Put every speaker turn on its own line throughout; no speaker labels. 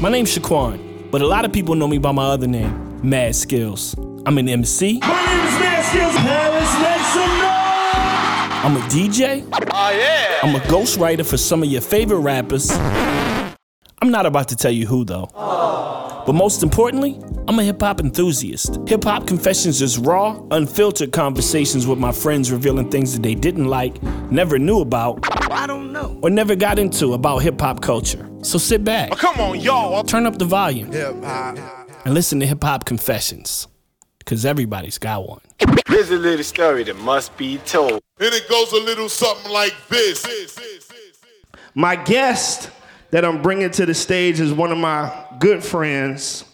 My name's Shaquan, but a lot of people know me by my other name, Mad Skills. I'm an MC,
My name is Matt Skills. Now let's make some noise.
I'm a DJ,
Oh yeah.
I'm a ghostwriter for some of your favorite rappers. I'm not about to tell you who though. But most importantly, I'm a hip hop enthusiast. Hip hop confessions is raw, unfiltered conversations with my friends revealing things that they didn't like, never knew about,
I don't know.
or never got into about hip hop culture. So sit back,
Come on, y'all.
turn up the volume, and listen to hip hop confessions, because everybody's got one.
There's a little story that must be told.
And it goes a little something like this.
My guest that I'm bringing to the stage is one of my good friends.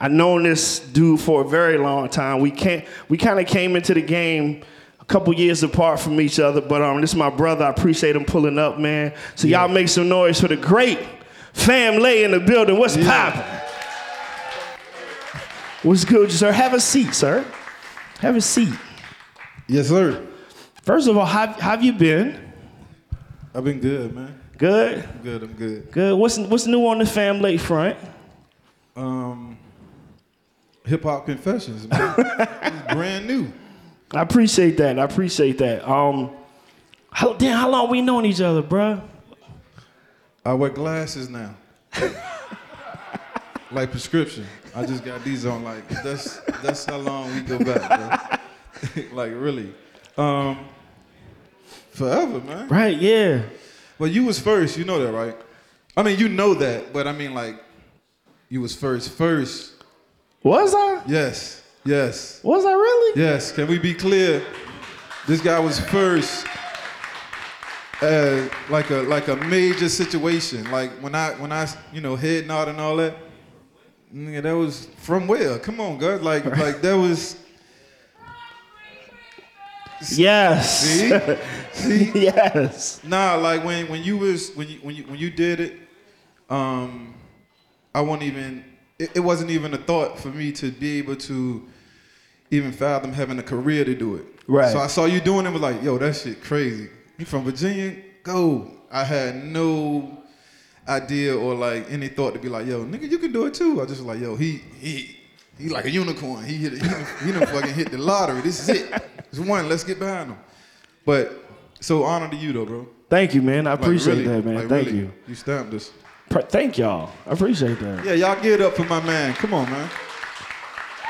I've known this dude for a very long time. We can't, we kind of came into the game a couple years apart from each other, but um, this is my brother. I appreciate him pulling up, man. So y'all make some noise for the great fam lay in the building. What's poppin'? What's good, sir? Have a seat, sir. Have a seat.
Yes, sir.
First of all, how how have you been?
I've been good, man.
Good,
I'm good. I'm good.
good. What's what's new on the fam late front?
Um, hip hop confessions, man. it's brand new.
I appreciate that. I appreciate that. Um, how, damn, how long we known each other, bruh?
I wear glasses now. like prescription. I just got these on. Like that's that's how long we go back, bro. like really, um, forever, man.
Right? Yeah.
Well, you was first. You know that, right? I mean, you know that, but I mean, like, you was first. First.
Was I?
Yes. Yes.
Was I really?
Yes, can we be clear? This guy was first. Uh, like a like a major situation. Like when I when I you know head nod and all that. Nigga, that was from where? Come on, God. Like like that was.
Yes.
See, see.
yes.
Nah, like when when you was when you when you when you did it, um, I won't even. It, it wasn't even a thought for me to be able to even fathom having a career to do it.
Right.
So I saw you doing it. Was like, yo, that shit crazy. You from Virginia? Go. I had no idea or like any thought to be like, yo, nigga, you can do it too. I just was like, yo, he he. He like a unicorn. He hit. A, he, done, he done fucking hit the lottery. This is it. It's one. Let's get behind him. But so honor to you though, bro.
Thank you, man. I
Like,
appreciate
really,
that, man.
like,
Thank
really,
you.
You stamped us.
Pr- thank y'all. I appreciate that.
Yeah, y'all give it up for my man. Come on, man.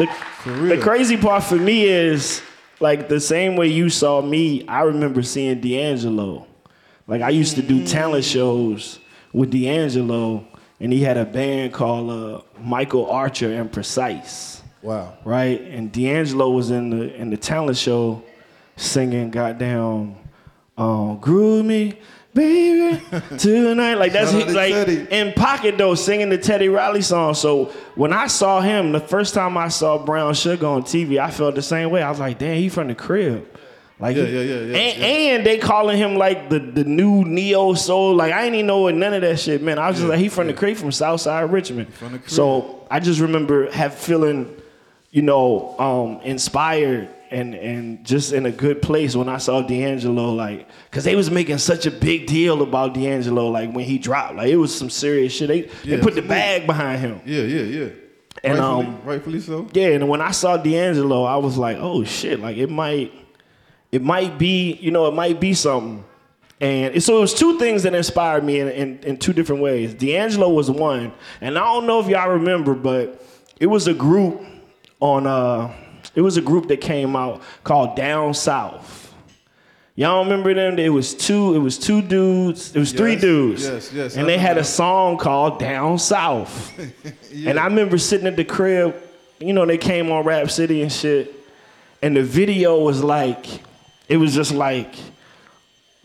The,
real.
the crazy part for me is like the same way you saw me, I remember seeing D'Angelo. Like I used to do talent shows with D'Angelo, and he had a band called uh, Michael Archer and Precise,
Wow.
right? And D'Angelo was in the in the talent show singing goddamn um, "Groove Me, Baby" tonight. Like that's
Shout
he,
out to
like
Teddy.
in pocket though, singing the Teddy Riley song. So when I saw him, the first time I saw Brown Sugar on TV, I felt the same way. I was like, damn, he from the crib. Like
Yeah,
he-
yeah, yeah, yeah,
and,
yeah.
and they calling him like the, the new neo soul. Like I ain't even know what none of that shit meant. I was just like, he from the crib from Southside Richmond.
from the crib.
So I just remember have feeling, you know, um, inspired and and just in a good place when I saw D'Angelo, like, cause they was making such a big deal about D'Angelo, like when he dropped, like it was some serious shit. They they
Yeah,
put the
absolutely.
bag behind him.
Yeah, yeah, yeah.
And,
rightfully,
um,
rightfully so.
Yeah, and when I saw D'Angelo, I was like, oh shit, like it might, it might be, you know, it might be something. And it- so it was two things that inspired me in, in, in two different ways. D'Angelo was one, and I don't know if y'all remember, but it was a group on uh it was a group that came out called Down South. Y'all remember them? It was two, it was two dudes, it was three
Yes,
dudes.
yes, yes,
And
I
they had
remember
a
that.
song called Down South. And I remember sitting at the crib, you know, they came on Rap City and shit. And the video was like, it was just like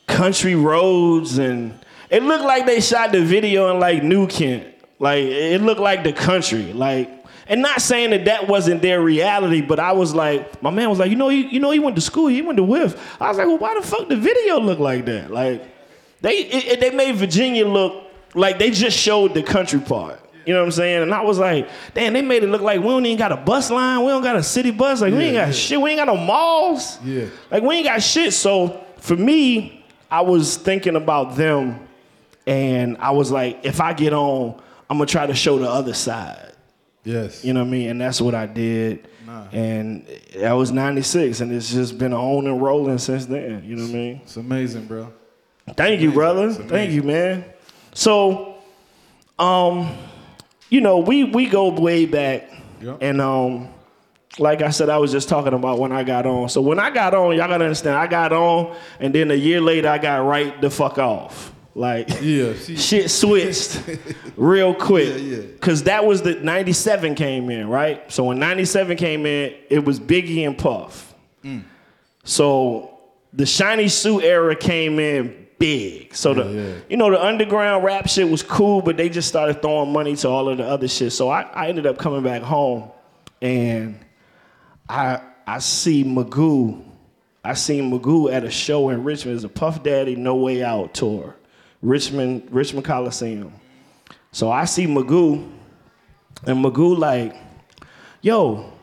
country roads and it looked like they shot the video in like New Kent. Like it looked like the country. Like and not saying that that wasn't their reality, but I was like, my man was like, you know, he, you know, he went to school, he went to Whiff. I was like, well, why the fuck the video look like that? Like they it, it- they made Virginia look like they just showed the country part. You know what I'm saying? And I was like, damn, they made it look like we don't even got a bus line, we don't got a city bus, like we ain't got
yeah.
shit, we ain't got no malls.
Yeah.
Like we ain't got shit. So for me, I was thinking about them and I was like, if I get on I'm gonna try to show the other side.
Yes.
You know what I mean? And that's what I did. And that was 96, and it's just been on and rolling since then. You know what I mean?
It's amazing, bro.
Thank you, brother.
It's
Thank you, man. So, um, you know, we we go way back,
Yeah.
and um, like I said, I was just talking about when I got on. So when I got on, y'all gotta understand, I got on, and then a year later, I got right the fuck off. Like,
Yeah. She,
shit switched real quick.
Yeah, yeah.
Cause that was the 97 came in, right? So when 97 came in, it was Biggie and Puff.
Mm.
So the shiny suit era came in big. So the
Yeah, yeah.
you know the underground rap shit was cool, but they just started throwing money to all of the other shit. So I, I ended up coming back home and I I see Magoo. I seen Magoo at a show in Richmond. It was a Puff Daddy No Way Out tour, Richmond Richmond Coliseum. So I see Magoo, and Magoo like, "Yo,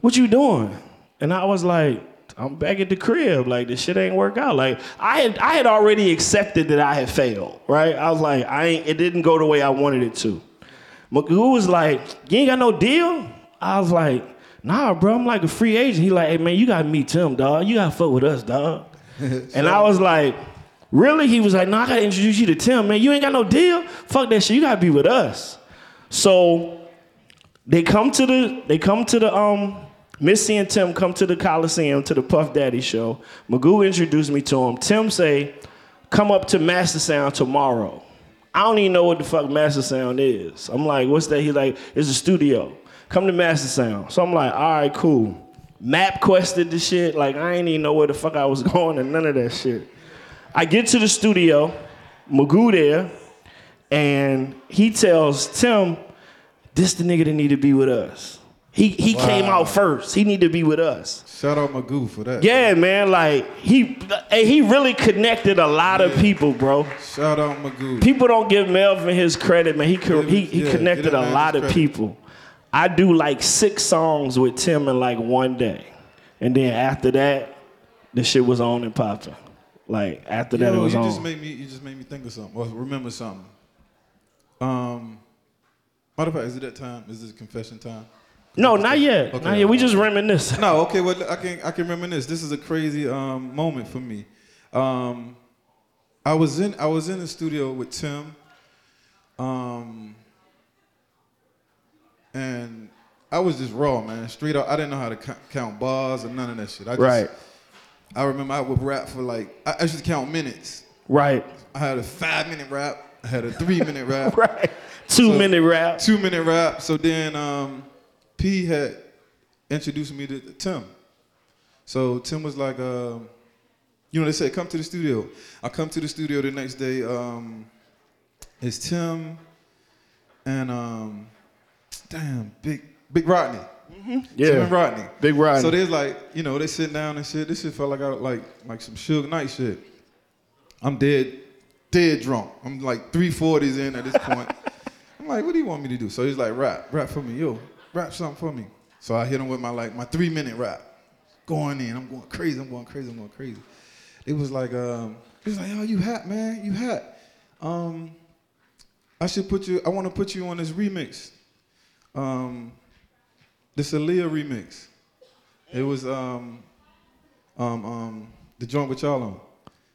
what you doing?" And I was like, "I'm back at the crib. Like this shit ain't work out. Like I had I had already accepted that I had failed. Right? I was like, I ain't. It didn't go the way I wanted it to." Magoo was like, "You ain't got no deal." I was like, "Nah, bro. I'm like a free agent." He like, "Hey man, you gotta meet Tim, dog. You gotta fuck with us, dog." and I was like, "Really?" He was like, "No, I gotta introduce you to Tim, man. You ain't got no deal. Fuck that shit. You gotta be with us." So they come to the they come to the um Missy and Tim come to the Coliseum to the Puff Daddy show. Magoo introduced me to him. Tim say, "Come up to Master Sound tomorrow." I don't even know what the fuck Master Sound is. I'm like, "What's that?" He like, "It's a studio. Come to Master Sound." So I'm like, "All right, cool." Map quested the shit. Like I ain't even know where the fuck I was going and none of that shit. I get to the studio, Magoo there, and he tells Tim, "This the nigga that need to be with us." He he came out first. He need to be with us.
shout out Magoo for that.
Yeah, man. Like he hey, he really connected a lot of people, bro.
Shout out Magoo.
People don't give Melvin his credit, man. He co- he, he
Yeah, give
connected
that
a
man
lot
his
of
credit.
people. I do like six songs with Tim in like one day, and then after that, the shit was on and popping. Like after that,
Yo,
it was
you
on.
just made me you just made me think of something or remember something. Um matter of fact, is it that time? Is this confession time?
No, not yet.
Okay.
Not yet. We just reminisce.
No, okay, well I can I can reminisce. This is a crazy um moment for me. Um I was in I was in the studio with Tim. Um and I was just raw, man. Straight up, I didn't know how to co- count bars or none of that shit. I just,
Right.
I remember I would rap for like I, I used to count minutes.
Right.
I had a five minute rap. I had a three minute rap.
Right. Two
So-
minute rap.
Two minute rap. So then um, P had introduced me to Tim. So Tim was like, um, you know, they said come to the studio. I come to the studio the next day. Um, it's Tim and um, damn big big Rodney. Tim and Rodney.
Mm-hmm. Big Rodney.
So there's like, you know, they sit down and shit. This shit felt like I like like some Suge Knight shit. I'm dead, dead drunk. I'm like three forties in at this point. I'm like, what do you want me to do? So he's like, rap, rap for me, yo, rap something for me. So I hit him with my like my three minute rap, going in. I'm going crazy. I'm going crazy. I'm going crazy. It was like, um, he was like, oh, you hat, man, you hat. Um, I should put you. I want to put you on this remix. Um, this Aaliyah remix. It was um, um, um, the joint with y'all on.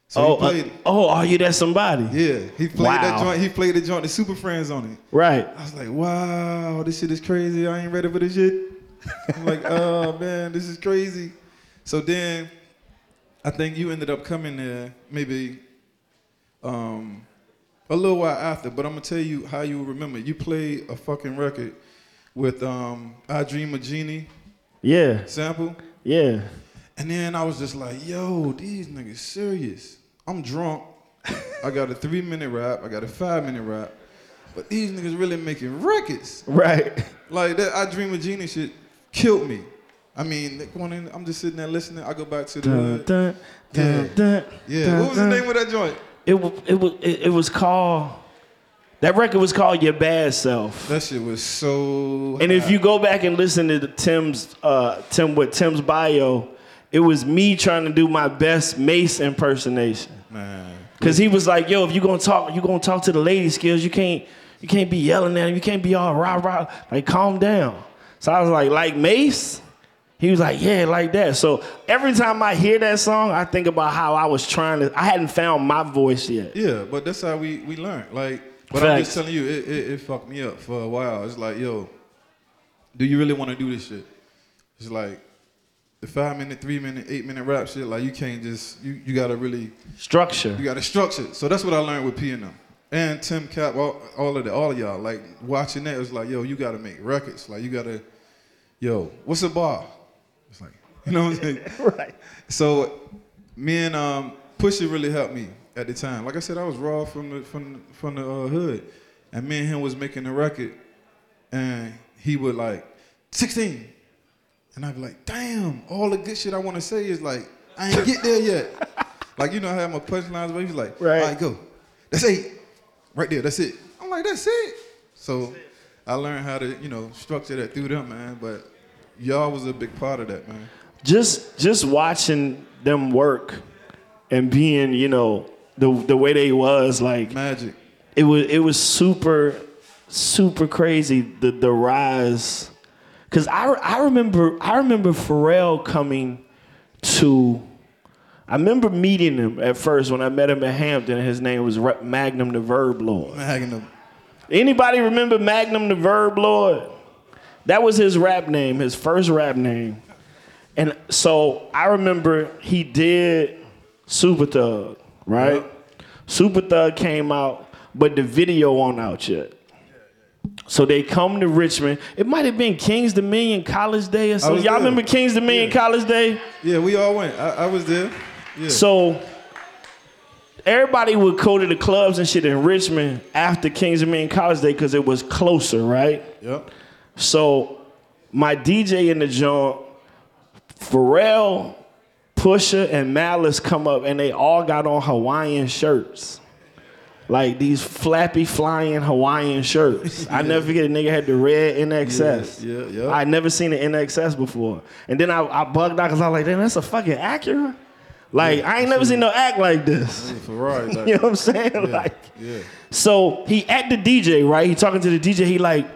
So
oh,
he played.
uh, oh, are you that somebody?
Yeah, he played that
Wow.
joint. He played the joint. The Super Friends on it.
Right.
I was like, wow, this shit is crazy. I ain't ready for this shit. I'm like, oh man, this is crazy. So then, I think you ended up coming there maybe um, a little while after. But I'm gonna tell you how you remember. You played a fucking record with um, "I Dream a Genie"
Yeah.
sample.
Yeah.
And then I was just like, yo, these niggas serious. I'm drunk. I got a three minute rap. I got a five minute rap. But these niggas really making records.
Right.
Like that I Dream of Genie shit killed me. I mean, that going in, I'm just sitting there listening. I go back to the
Dun,
hood.
dun, dun,
Yeah.
dun,
Yeah.
dun,
what was the
dun.
name of that joint?
It was. It was. It, it was called. That record was called Your Bad Self.
That shit was so
And if
hot.
you go back and listen to the Tim's uh, Tim with Tim's bio, it was me trying to do my best Mace impersonation.
man.
Cause he was like, "Yo, if you gonna talk, you gonna talk to the lady skills. You can't, You can't be yelling at him. You can't be all rah rah. Like, calm down. So I was like, like Mace? He was like, yeah, like that. So every time I hear that song, I think about how I was trying to. I hadn't found my voice yet.
Yeah, but that's how we we learn. Like, but I'm just
Facts.
telling you, it, it it fucked me up for a while. It's like, yo, do you really want to do this shit? It's like the five minute, three minute, eight minute rap shit. Like, you can't just you you gotta really
Structure.
you gotta structure. it. So that's what I learned with P and M and Tim Cap, all, all of the all of y'all. Like watching that, it was like, yo, you gotta make records. Like, you gotta, yo, what's a bar? It's like, you know what I'm saying?
Right.
So me and um, Pusha really helped me at the time. Like I said, I was raw from the from from the uh, hood, and me and him was making a record, and he would like 16, and I'd be like, damn, all the good shit I want to say is like I ain't get there yet. like you know, I had my punchlines, but he was like,
Right.
all right, go, that's eight, right there, that's it. I'm like, that's it. So I learned how to you know structure that through them, man. But y'all was a big part of that, man.
just just watching them work and being you know the the way they was like
Magic.
it was it was super super crazy the the rise because I I remember I remember Pharrell coming to I remember meeting him at first when I met him at Hampton and his name was Re- Magnum the Verb Lord
Hacking them.
Anybody remember Magnum the Verb Lord? That was his rap name, his first rap name. And so I remember he did Super Thug, right? Super Thug came out, but the video won't out yet. So they come to Richmond. It might have been Kings Dominion College Day or something.
was
Y'all
there.
remember Kings Dominion College Day?
Yeah, we all went. I, I was there. Yeah.
So everybody would go to the clubs and shit in Richmond after Kings Dominion College Day because it was closer, right?
yep.
So my DJ in the joint, Pharrell, Pusha, and Malice come up and they all got on Hawaiian shirts. Like these flappy flying Hawaiian shirts. I never forget a nigga had the red NXS.
Yeah, yeah, yeah.
I never seen an NXS before. And then I, I bugged out because I was like, damn, that's a fucking Acura. Like, I ain't never seen no act like this.
Ferrari. Like,
You know what I'm saying? Like,
yeah.
so he at the DJ, right? He talking to the DJ. He like,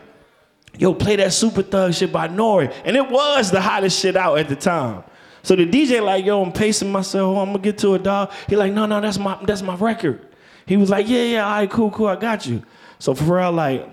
yo, play that Super Thug shit by Nori, and it was the hottest shit out at the time. So the DJ like, yo, I'm pacing myself. I'm gonna get to it, dog. He like, no, no, that's my that's my record. He was like, yeah, yeah, all right, cool, cool, I got you. So Pharrell like,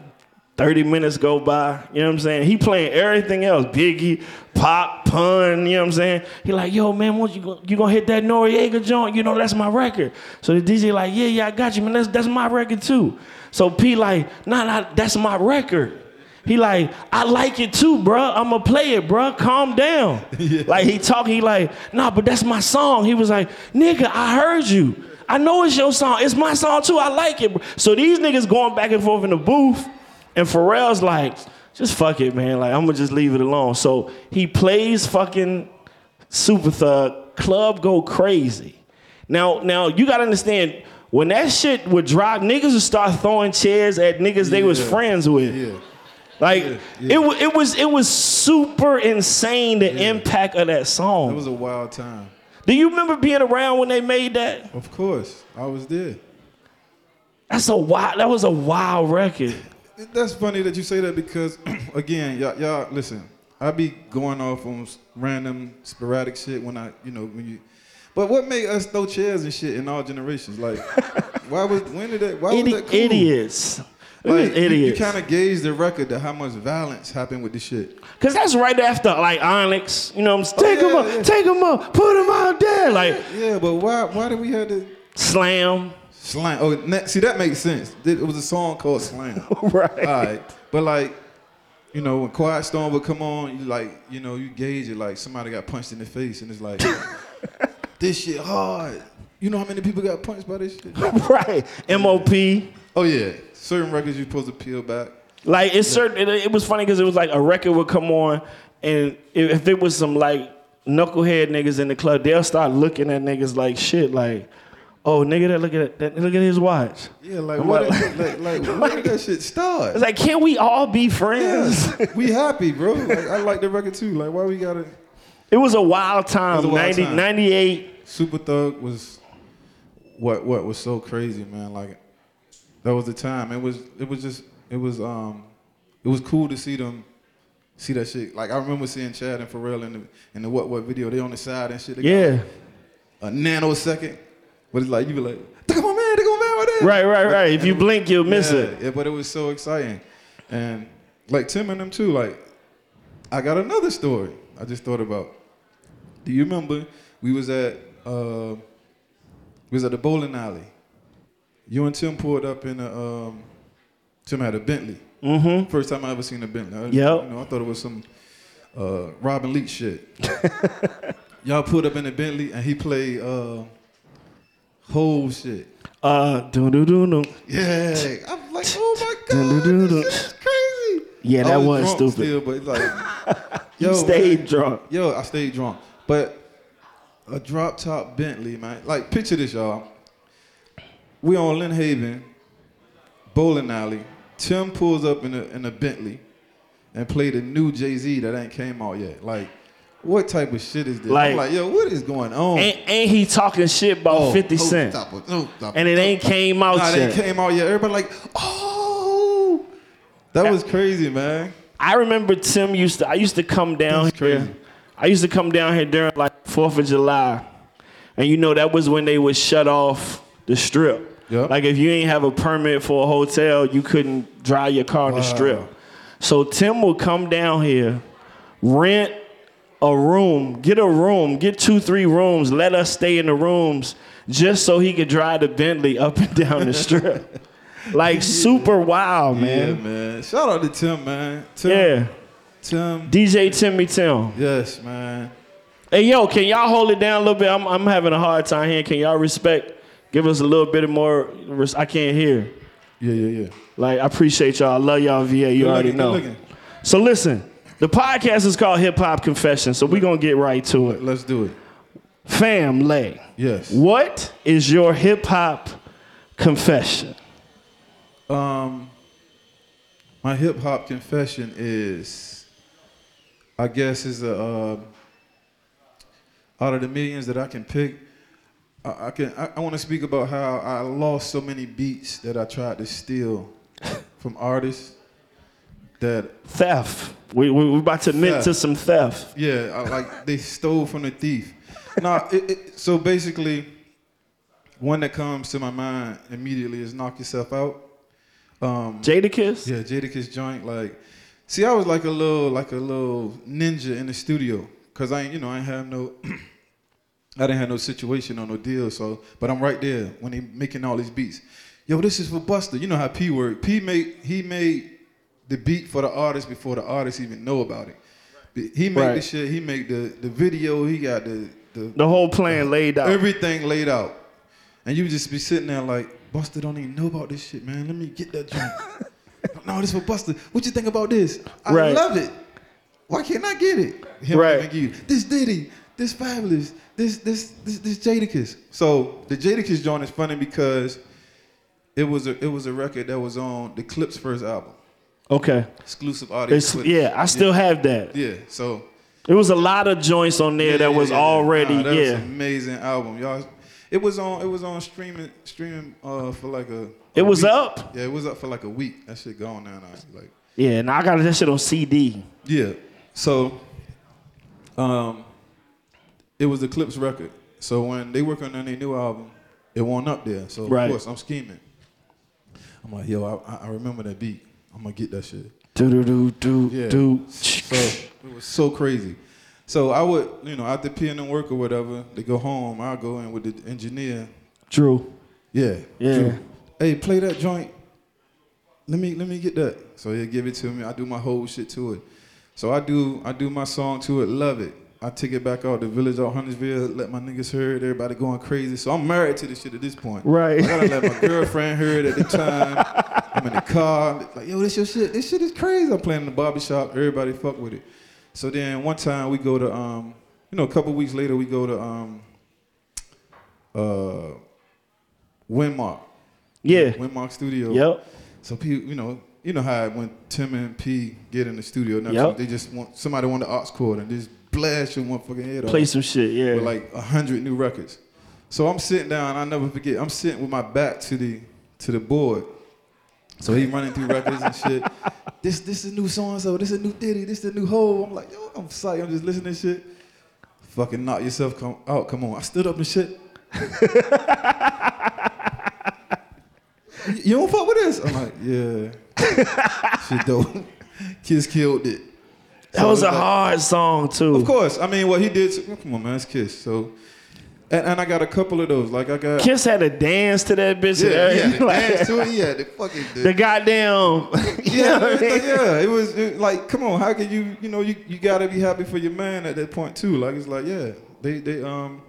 30 minutes go by, you know what I'm saying? He playing everything else, Biggie, Pop, Pun, you know what I'm saying? He like, yo, man, once you go, you gonna hit that Noriega joint, you know, that's my record. So the DJ like, yeah, yeah, I got you, man, that's, that's my record too. So P like, nah, nah, that's my record. He like, I like it too, bruh. I'ma play it, bruh. Calm down. Like he talking, he like, nah, but that's my song. He was like, nigga, I heard you. I know it's your song. It's my song too. I like it. bruh." So these niggas going back and forth in the booth. And Pharrell's like, just fuck it, man. Like, I'm gonna just leave it alone. So he plays fucking Super Thug. Club go crazy. Now, now you gotta understand when that shit would drop, niggas would start throwing chairs at niggas they was
Yeah.
friends with.
Yeah.
Like
yeah.
it, wa- it was, it was super insane the impact of that song.
It was a wild time.
Do you remember being around when they made that?
Of course, I was there.
That's a wild. That was a wild record.
That's funny that you say that because, again, y'all, y'all listen. I be going off on s- random sporadic shit when I, you know, when you. But what made us throw chairs and shit in all generations? Like, why was when did that? Why
Idi-
was that cool?
Idiots. We was
Like, you- You,
idiots.
kind of gauge the record to how much violence happened with the shit.
Cause that's right after like Onyx, you know what I'm saying? Take
Oh, yeah,
him up,
yeah.
take him up, put him out there, like
Yeah, but why? Why did we have to
slam.
slam? Oh, ne- see that makes sense. It was a song called Slam.
Right.
All right, but like, you know, when Quiet Storm would come on, you like, you know, you gauge it like somebody got punched in the face, and it's like, this shit hard. You know how many people got punched by this shit?
right. MOP.
Oh yeah, certain records you're supposed to peel back.
Like it's certain it, it was funny because it was like a record would come on and if, if it was some like knucklehead niggas in the club, they'll start looking at niggas like shit, like, oh nigga that look at that look at his watch.
Yeah, like
I'm
what?
like-
Did, like, like, where did that shit start?
It's like, can't we all be friends?
Yeah, we happy, bro. Like, I like the record too. Like, why we gotta?
It was a wild time.
It was a wild
90,
time.
98.
Super Thug was what what was so crazy, man. Like that was the time. It was it was just It was um, it was cool to see them see that shit. Like I remember seeing Chad and Pharrell in the in the what what video. They on the side and shit. They got
Yeah.
a nanosecond, but it's like you be like, "They come on, man, they come on, man, right there."
Right, right, right. If you blink, you'll miss
yeah,
it.
Yeah, but it was so exciting, and like Tim and them too. Like, I got another story. I just thought about. Do you remember we was at uh, we was at the bowling alley? You and Tim pulled up in a um, Tim had a Bentley. Mm-hmm. First time I ever seen a Bentley. I-
Yep.
You know, I thought it was some uh, Robin Leach shit. Y'all pulled up in a Bentley and he played uh, whole shit.
Uh, do do do do.
Yeah, I'm like, oh my
Dun,
god,
dun, dun,
this shit is crazy.
Yeah, that
I
was
Oh,
stupid.
drunk Still, but it's like, yo,
Stayed drunk.
yo, I stayed drunk, but a drop top Bentley, man. Like, picture this, y'all. We on Lynn Haven, bowling alley. Tim pulls up in a in a Bentley, and played a new Jay Z that ain't came out yet. Like, what type of shit is this?
Like-
I'm like, yo, what is going on?
And, and he talking shit about
Oh,
50
oh,
Cent.
stop it, oh, stop
And
it,
it ain't came out
Nah,
yet.
they came out yet. Everybody like, oh, that was crazy, man.
I remember Tim used to. I used to come down
That's crazy.
here. I used to come down here during like Fourth of July, and you know that was when they would shut off the strip.
Yep.
Like if you ain't have a permit for a hotel, you couldn't drive your car on the strip. So Tim would come down here, rent a room, get a room, get two, three rooms, let us stay in the rooms just so he could drive the Bentley up and down the strip. like super wild,
Yeah,
man.
man. Shout out to Tim, man. Tim,
yeah.
Tim.
DJ Timmy Tim.
Yes, man.
Hey yo, can y'all hold it down a little bit? I'm I'm having a hard time here. Can y'all respect? Give us a little bit of more. res- I can't hear.
Yeah, yeah, yeah.
Like I appreciate y'all. I love y'all, VA. You
Good
already
looking, good
know.
looking.
So listen, the podcast is called Hip Hop Confession. So we gonna get right to it.
Let's do it.
Fam Lay,
Yes.
what is your hip hop confession?
Um, my hip hop confession is, I guess, is a uh, out of the millions that I can pick, I, I can I, I want to speak about how I lost so many beats that I tried to steal from artists that
Theft. We we, we about to admit
Theft.
to some theft.
Yeah, I, like they stole from the thief. Now, it, it, so basically, one that comes to my mind immediately is "Knock Yourself Out."
Jada Kiss.
Yeah, Jadakiss joint. Like, see, I was like a little, like a little ninja in the studio, cause I, ain't, you know, I ain't have no, I didn't have no situation or no deal. So, but I'm right there when they making all these beats. Yo, this is for Buster. You know how P work. P made he made the beat for the artist before the artist even know about it. He made the
Right.
shit. He made the the video. He got the the
The whole plan laid out.
everything laid out. And you just be sitting there like, Buster don't even know about this shit, man. Let me get that joint. no, this for Buster. What you think about this? I
Right.
love it. Why can't I get it? Him
Right.
giving You. This Diddy, this Fabulous, this this this this Jadakiss. So the Jadakiss joint is funny because it was a it was a record that was on the Clips first album,
okay.
exclusive audio.
It's,
footage.
yeah, I still have that.
yeah. So
It was a lot of joints on there that was
yeah, yeah.
already
Nah, that was
yeah.
an amazing album, y'all. It was on. It was on streaming. Streaming uh, for like a.
It
a
was
week.
up?
Yeah, it was up for like a week. That shit gone now. now. Like
yeah, and I got that shit on CD.
yeah. So, um, it was the Clips record. So when they working on their new album, it won't up there. So
Right.
of course I'm scheming. I'm like, yo, I- I, I remember that beat. I'm gonna get that shit.
Do do do do
Yeah.
do.
So it was so crazy. So I would, you know, after P and M work or whatever, they go home. I go in with the engineer.
Drew.
Yeah.
Yeah.
Drew, Hey, play that joint. Let me let me get that. So he'll give it to me. I do my whole shit to it. So I do I do my song to it. Love it. I take it back out the village out Huntersville. Let my niggas hear it. Everybody going crazy. So I'm married to this shit at this point.
Right.
I gotta let my girlfriend hear it at the time. I'm in the car. I'm like, yo, this your shit. This shit is crazy. I'm playing in the barbershop. Everybody fuck with it. So then one time we go to um, you know, a couple weeks later we go to um, uh, Winmark.
Yeah.
Winmark Studio.
Yep.
So P, you know, you know how when Tim and P get in the studio, now
Yep.
they just want somebody want the ox cord and just blast your motherfucking head
Play
off
some shit. Yeah.
with like a hundred new records. So I'm sitting down. I never forget. I'm sitting with my back to the to the board, So he running through records and shit. This this is new so and so. This is new Diddy. This is new Hov. I'm like, yo, I'm sorry. I'm just listening to shit. Fucking knock yourself come out. Come on. I stood up and shit. "You- you don't fuck with this. I'm like, yeah. shit dope. Kids killed it.
That was a
it's like-
hard song too.
Of course. I mean, what he did. To, come on, man. It's Kiss. So, and, and I got a couple of those. Like I got.
Kiss had to dance to that bitch. and
yeah,
everything.
yeah, the
Like,
dance to it. Yeah, the fucking. The,
the goddamn. you know
yeah,
what I
it was
mean?
like, yeah. It was it, like, come on, how can you, you know, you, you gotta be happy for your man at that point too. Like it's like, yeah, they they um,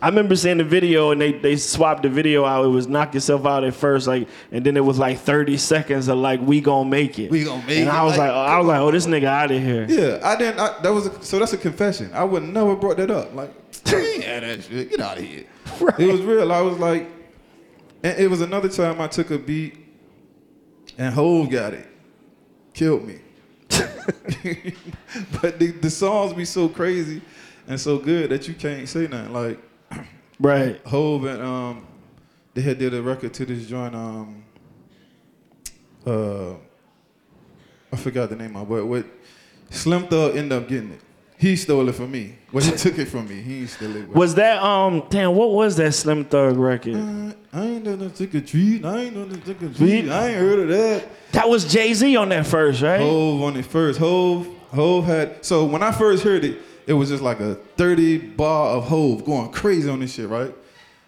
I remember seeing the video and they, they swapped the video out. It was knock yourself out at first, like, and then it was like 30 seconds of like we gonna make it.
We gonna make
and I
it,
was like,
like,
oh, I was like, oh, this nigga out of here.
yeah. I didn't. I, that was a, so that's a confession. I would never brought that up. Like, yeah, that shit. Get out of here.
Right.
It was real. I was like, and it was another time I took a beat, and Hove got it, killed me. but the, the songs be so crazy and so good that you can't say nothing. Like.
Right.
Hove and um, they had did a record to this joint. Um, uh, I forgot the name of it, but what Slim Thug ended up getting it. He stole it from me. Well, he took it from me. He ain't steal it.
Was that um? Damn, what was that Slim Thug record?
I ain't done no trick or treat. I ain't done no trick or treat. I ain't heard of that.
That was Jay Z on that first, right?
Hove on it first. Hove, Hove had. So when I first heard it, it was just like a 30 bar of Hove going crazy on this shit, right?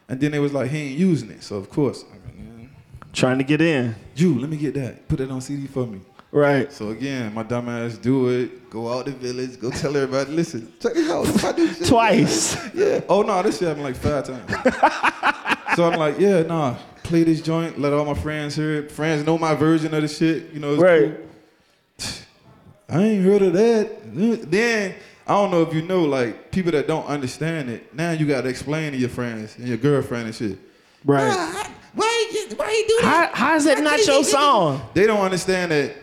And then it was like he ain't using it. So of course, I mean, yeah.
Trying to get in.
Jew, let me get that. Put it on CD for me.
Right.
So again, my dumb ass do it. Go out the village. Go tell everybody. Listen, check this out. If I do shit-
Twice.
Yeah. Oh no, this shit happened like five times. so I'm like, yeah, nah. Play this joint. Let all my friends hear it. Friends know my version of the shit. You know. It's
Right.
cool. I ain't heard of that. Then I don't know if you know, like people that don't understand it. Now you gotta explain to your friends and your girlfriend and shit.
Right.
Why? Why you do
How, how is that not your song?
they don't understand that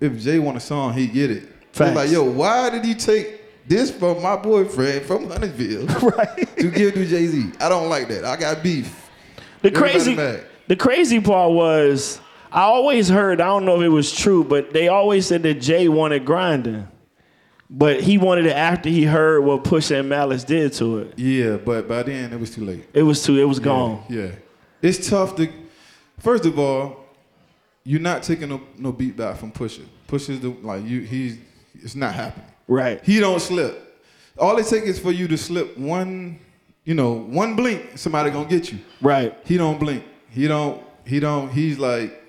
if Jay want a song, he get it. They're
Facts.
Like, yo, why did he take this from my boyfriend from Huntersville to give to Jay Z? I don't like that. I got beef.
The
Everybody
crazy,
mad.
the crazy part was, I always heard. I don't know if it was true, but they always said that Jay wanted grinding, but he wanted it after he heard what Push and Malice did to it.
Yeah, but by then it was too late.
It was too. It was gone.
Yeah, it's tough to. First of all, you're not taking no, no beat back from Pusha. Pusha's the like you. He's it's not happening.
Right.
He don't slip. All it takes is for you to slip one, you know, one blink. Somebody gonna get you.
Right.
He don't blink. He don't. He don't. He's like,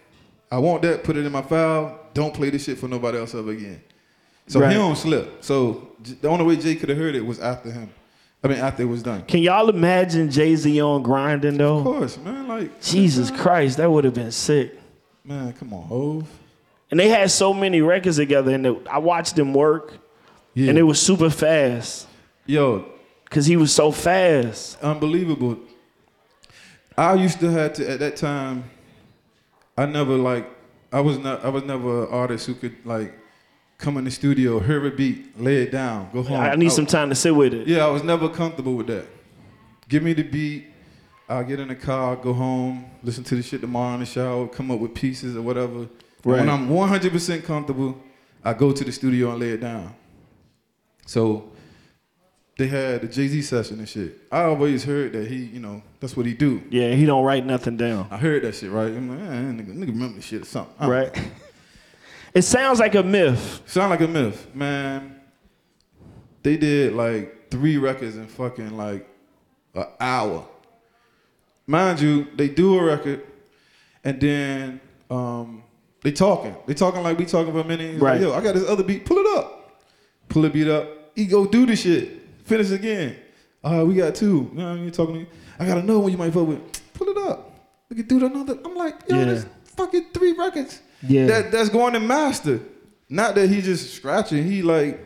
I want that. Put it in my file. Don't play this shit for nobody else ever again. So
Right.
he don't slip. So J- the only way Jay could have heard it was after him. I mean, after it was done.
Can y'all imagine Jay Z on grinding
Of
though?
course, man. Like
Jesus
Mm-hmm.
Christ, that would have been sick.
man, come on, Hove.
And they had so many records together, and it- I watched them work,
Yeah.
and it was super fast
yo,
because he was so fast.
unbelievable. I used to have to at that time. I never like. I was not. I was never an artist who could like come in the studio, hear a beat, lay it down, go home.
I I need
I-
some time to sit with it.
Yeah, I was never comfortable with that. Give me the beat. I'll get in the car, go home, listen to the shit tomorrow in the shower, come up with pieces or whatever. And
Right.
When I'm 100% comfortable, I go to the studio and lay it down. So they had the Jay Z session and shit. I always heard that he, you know, that's what he do.
Yeah, he don't write nothing down.
I heard that shit, right? I'm like, eh, nigga, nigga remember this shit or something. Uh-huh. I don't
Right. It sounds like a myth.
Sound like a myth, man. They did like three records in fucking like an hour. Mind you, they do a record, and then um, they talking. They talking like we talking for a minute. He's
Right.
Like, Yo, I got this other beat. Pull it up. Pull the beat up. He go do this shit. Finish again. Uh, we got two. You know what I mean? Talking. To me. I got another one you might fuck with. Pull it up. We can do another. I'm like, yo,
Yeah.
there's fucking three records
Yeah.
that that's going to master. Not that he just scratching. He like,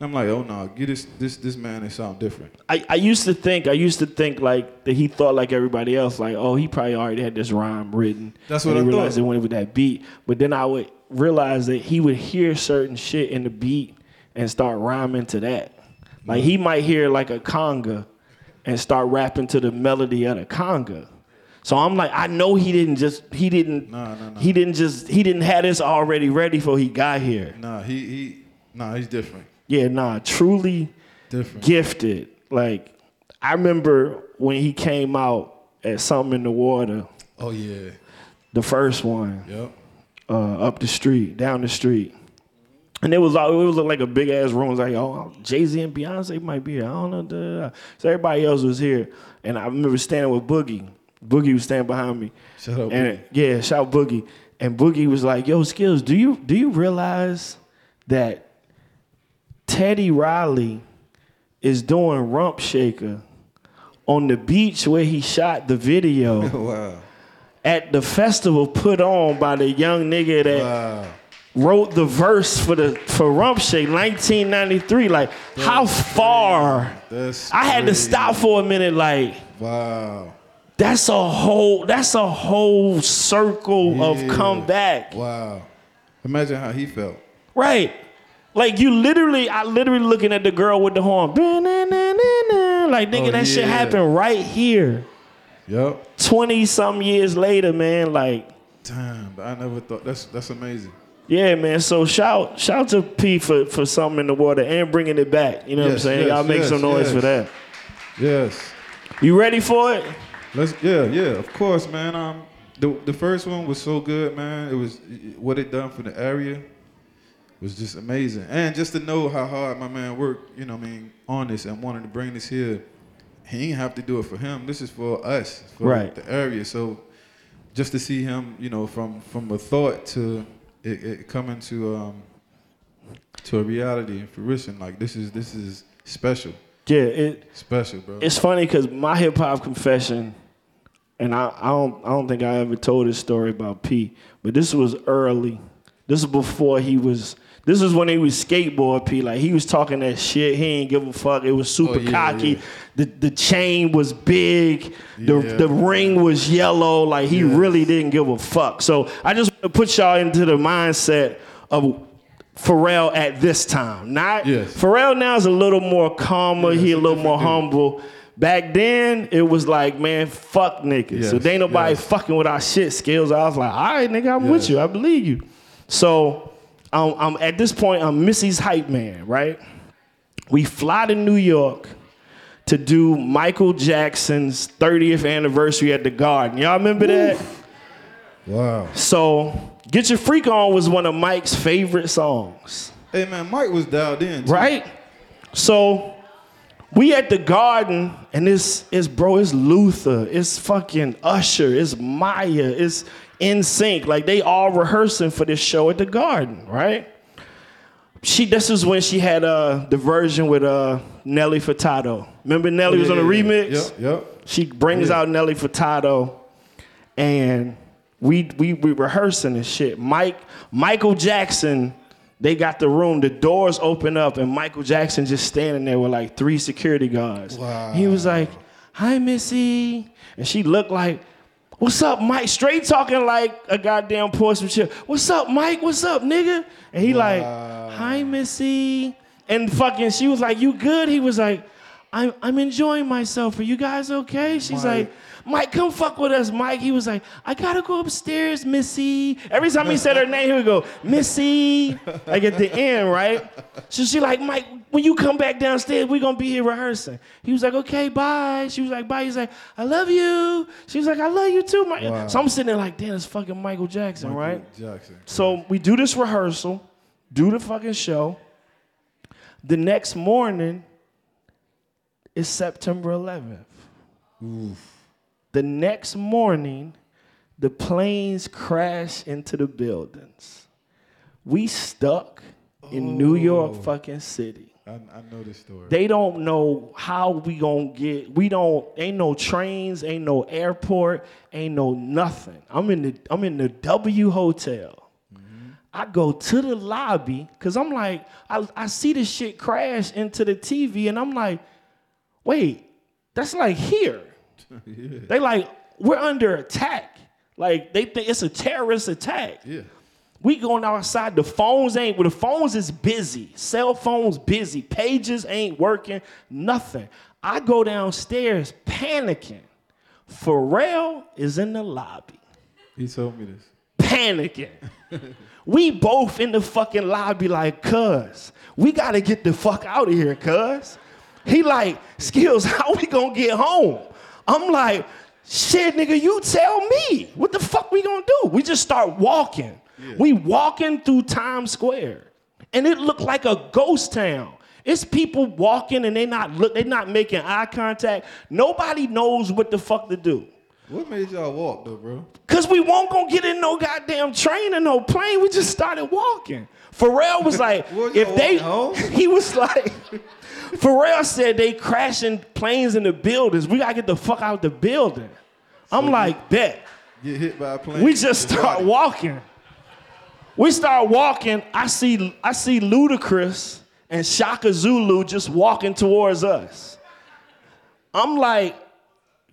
I'm like, oh no, get this this this man. It sound different.
I, I used to think I used to think like that he thought like everybody else like oh he probably already had this rhyme written.
That's
and he
what I thought.
realized it went with that beat. But then I would realize that he would hear certain shit in the beat and start rhyming to that. Like he might hear like a conga and start rapping to the melody of the conga. So I'm like, I know he didn't just he didn't
Nah, nah, nah.
he didn't just he didn't have this already ready for he got here.
Nah, he he nah, he's different.
Yeah, nah, truly
Different.
gifted. Like I remember when he came out at something in the water,
oh yeah.
the first one
Yep.
uh, up the street, down the street. And it was all, it was like a big ass room. It was like, oh, Jay Z and Beyonce might be here. I don't know. da, da, da. So everybody else was here. And I remember standing with Boogie. Boogie was standing behind me.
Shout out
And yeah, shout Boogie. And Boogie was like, yo, Skills, do you do you realize that Teddy Riley is doing Rump Shaker on the beach where he shot the video?
Wow.
at the festival put on by the young nigga that wrote the verse for the for Rump Shake 1993. Like, how far?
That's
I had to
crazy.
stop for a minute. Like,
Wow.
that's a whole that's a whole circle
Yeah.
of comeback,
Wow. Imagine how he felt.
right? Like you literally, I literally looking at the girl with the horn. "Ba-na-na-na-na." Like nigga,
Oh,
that shit
yeah.
happened right here.
Yep.
Twenty some years later, man. Like
Damn, but I never thought that's that's amazing.
Yeah, man. So shout shout to P for, for something in the water and bringing it back. You know what I'm
Yes,
saying?
yes,
Y'all make
yes,
some noise
yes.
for that.
Yes.
You ready for it?
Let's yeah, yeah, of course, man. Um the the first one was so good, man. It was what it done for the area was just amazing. And just to know how hard my man worked, you know what I mean, on this and wanted to bring this here. He ain't have to do it for him. This is for us, for
Right.
the area. So just to see him, you know, from from a thought to it, it coming to um to a reality and fruition, like this is this is special.
Yeah, it
Special, bro.
it's funny because my hip hop confession, and I, I don't I don't think I ever told this story about P, but this was early. This is before he was this is when he was skateboard P. Like he was talking that shit. He ain't give a fuck. It was super
Oh, yeah,
cocky.
yeah.
The the chain was big. The
Yeah.
the ring was yellow. Like he really didn't give a fuck. So I just want to put y'all into the mindset of Pharrell at this time. Not
Yes.
Pharrell now is a little more calmer. he a
it's a
little more
different
humble. Back then, it was like, man, fuck niggas. so
Yes,
they ain't nobody
yes.
fucking with our shit skills. I was like, all right, nigga, I'm with
Yes.
you. I believe you. So um, I'm at this point, I'm Missy's hype man, right? We fly to New York to do Michael Jackson's 30th anniversary at the Garden. Y'all remember that?
Wow.
So, Get Your Freak On was one of Mike's favorite songs,
Hey man, Mike was dialed in. too.
right? So, we at the Garden, and it's it's bro, it's Luther, it's fucking Usher, it's Maya, it's In Sync. Like they all rehearsing for this show at the Garden, right? She this is when she had uh the version with uh Nelly Furtado. Remember Nelly was on the
Oh, Yeah,
remix?
Yep, yep.
She brings
Yeah.
out Nelly Furtado, and we we we rehearsing and shit. Mike Michael Jackson, they got the room. The doors open up, and Michael Jackson just standing there with like three security guards.
Wow.
He was like, "Hi, Missy," and she looked like. What's up, Mike? Straight talking like a goddamn porcelain chip. What's up, Mike? What's up, nigga? And he like, hi, Missy. And fucking, she was like, you good? He was like, I'm, I'm enjoying myself. Are you guys okay? She's
Mike.
like, Mike, come fuck with us, Mike. He was like, I gotta go upstairs, Missy. Every time he said her name, he would go, Missy. Like at the end, right? So she like, Mike, when you come back downstairs, we gonna be here rehearsing. He was like, okay, bye. She was like, bye. He's like, I love you. She was like, I love you too, Mike.
Wow.
So I'm sitting there like, damn, it's fucking Michael Jackson, right?
Jackson.
So we do this rehearsal, do the fucking show. The next morning is September 11th. The next morning, the planes crash into the buildings. We stuck in New York fucking city.
I, I know this story.
They don't know how we gonna get. We don't. Ain't no trains. Ain't no airport. Ain't no nothing. I'm in the. I'm in the W hotel. I go to the lobby because I'm like, I, I see this shit crash into the TV, and I'm like, wait, that's like here. They like, we're under attack. Like they think it's a terrorist attack.
yeah.
We going outside. The phones ain't. Well, the phones is busy. Cell phones busy. Pages ain't working. Nothing. I go downstairs panicking. Pharrell is in the lobby
He told me this.
panicking. we both in the fucking lobby like, cuz, we gotta get the fuck out of here, cuz. He like, skills, how we gonna get home? I'm like, shit, nigga, you tell me. What the fuck we gonna do? We just start walking. We walking through Times Square. And it looked like a ghost town. It's people walking and they not look, they not making eye contact. Nobody knows what the fuck to do.
What made y'all walk though, bro?
Cause we won't gonna get in no goddamn train or no plane. We just started walking. Pharrell was like,
Well, you
if they,
walking home?
he was like, Pharrell said they crashing planes in the buildings. We gotta get the fuck out the building. I'm like, bet.
Get hit by a plane.
We just
Your
start
body.
walking. We start walking. I see I see Ludacris and Shaka Zulu just walking towards us. I'm like,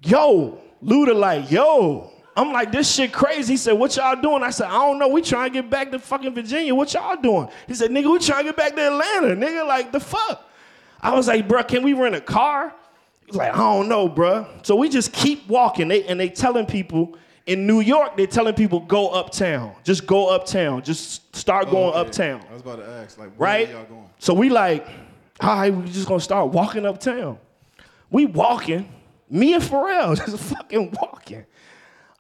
yo, Luda like, yo. I'm like, this shit crazy. He said, what y'all doing? I said, I don't know. We trying to get back to fucking Virginia. What y'all doing? He said, nigga, we trying to get back to Atlanta. Nigga, like, the fuck? I was like, bruh, can we rent a car? He's like, I don't know, bruh. So we just keep walking. They, and they telling people in New York, they telling people, go uptown. Just go uptown. Just start going
Okay.
uptown
I was about to ask, like, where
right?
y'all going?
So we like, all right, we just gonna start walking uptown. We walking, me and Pharrell just fucking walking.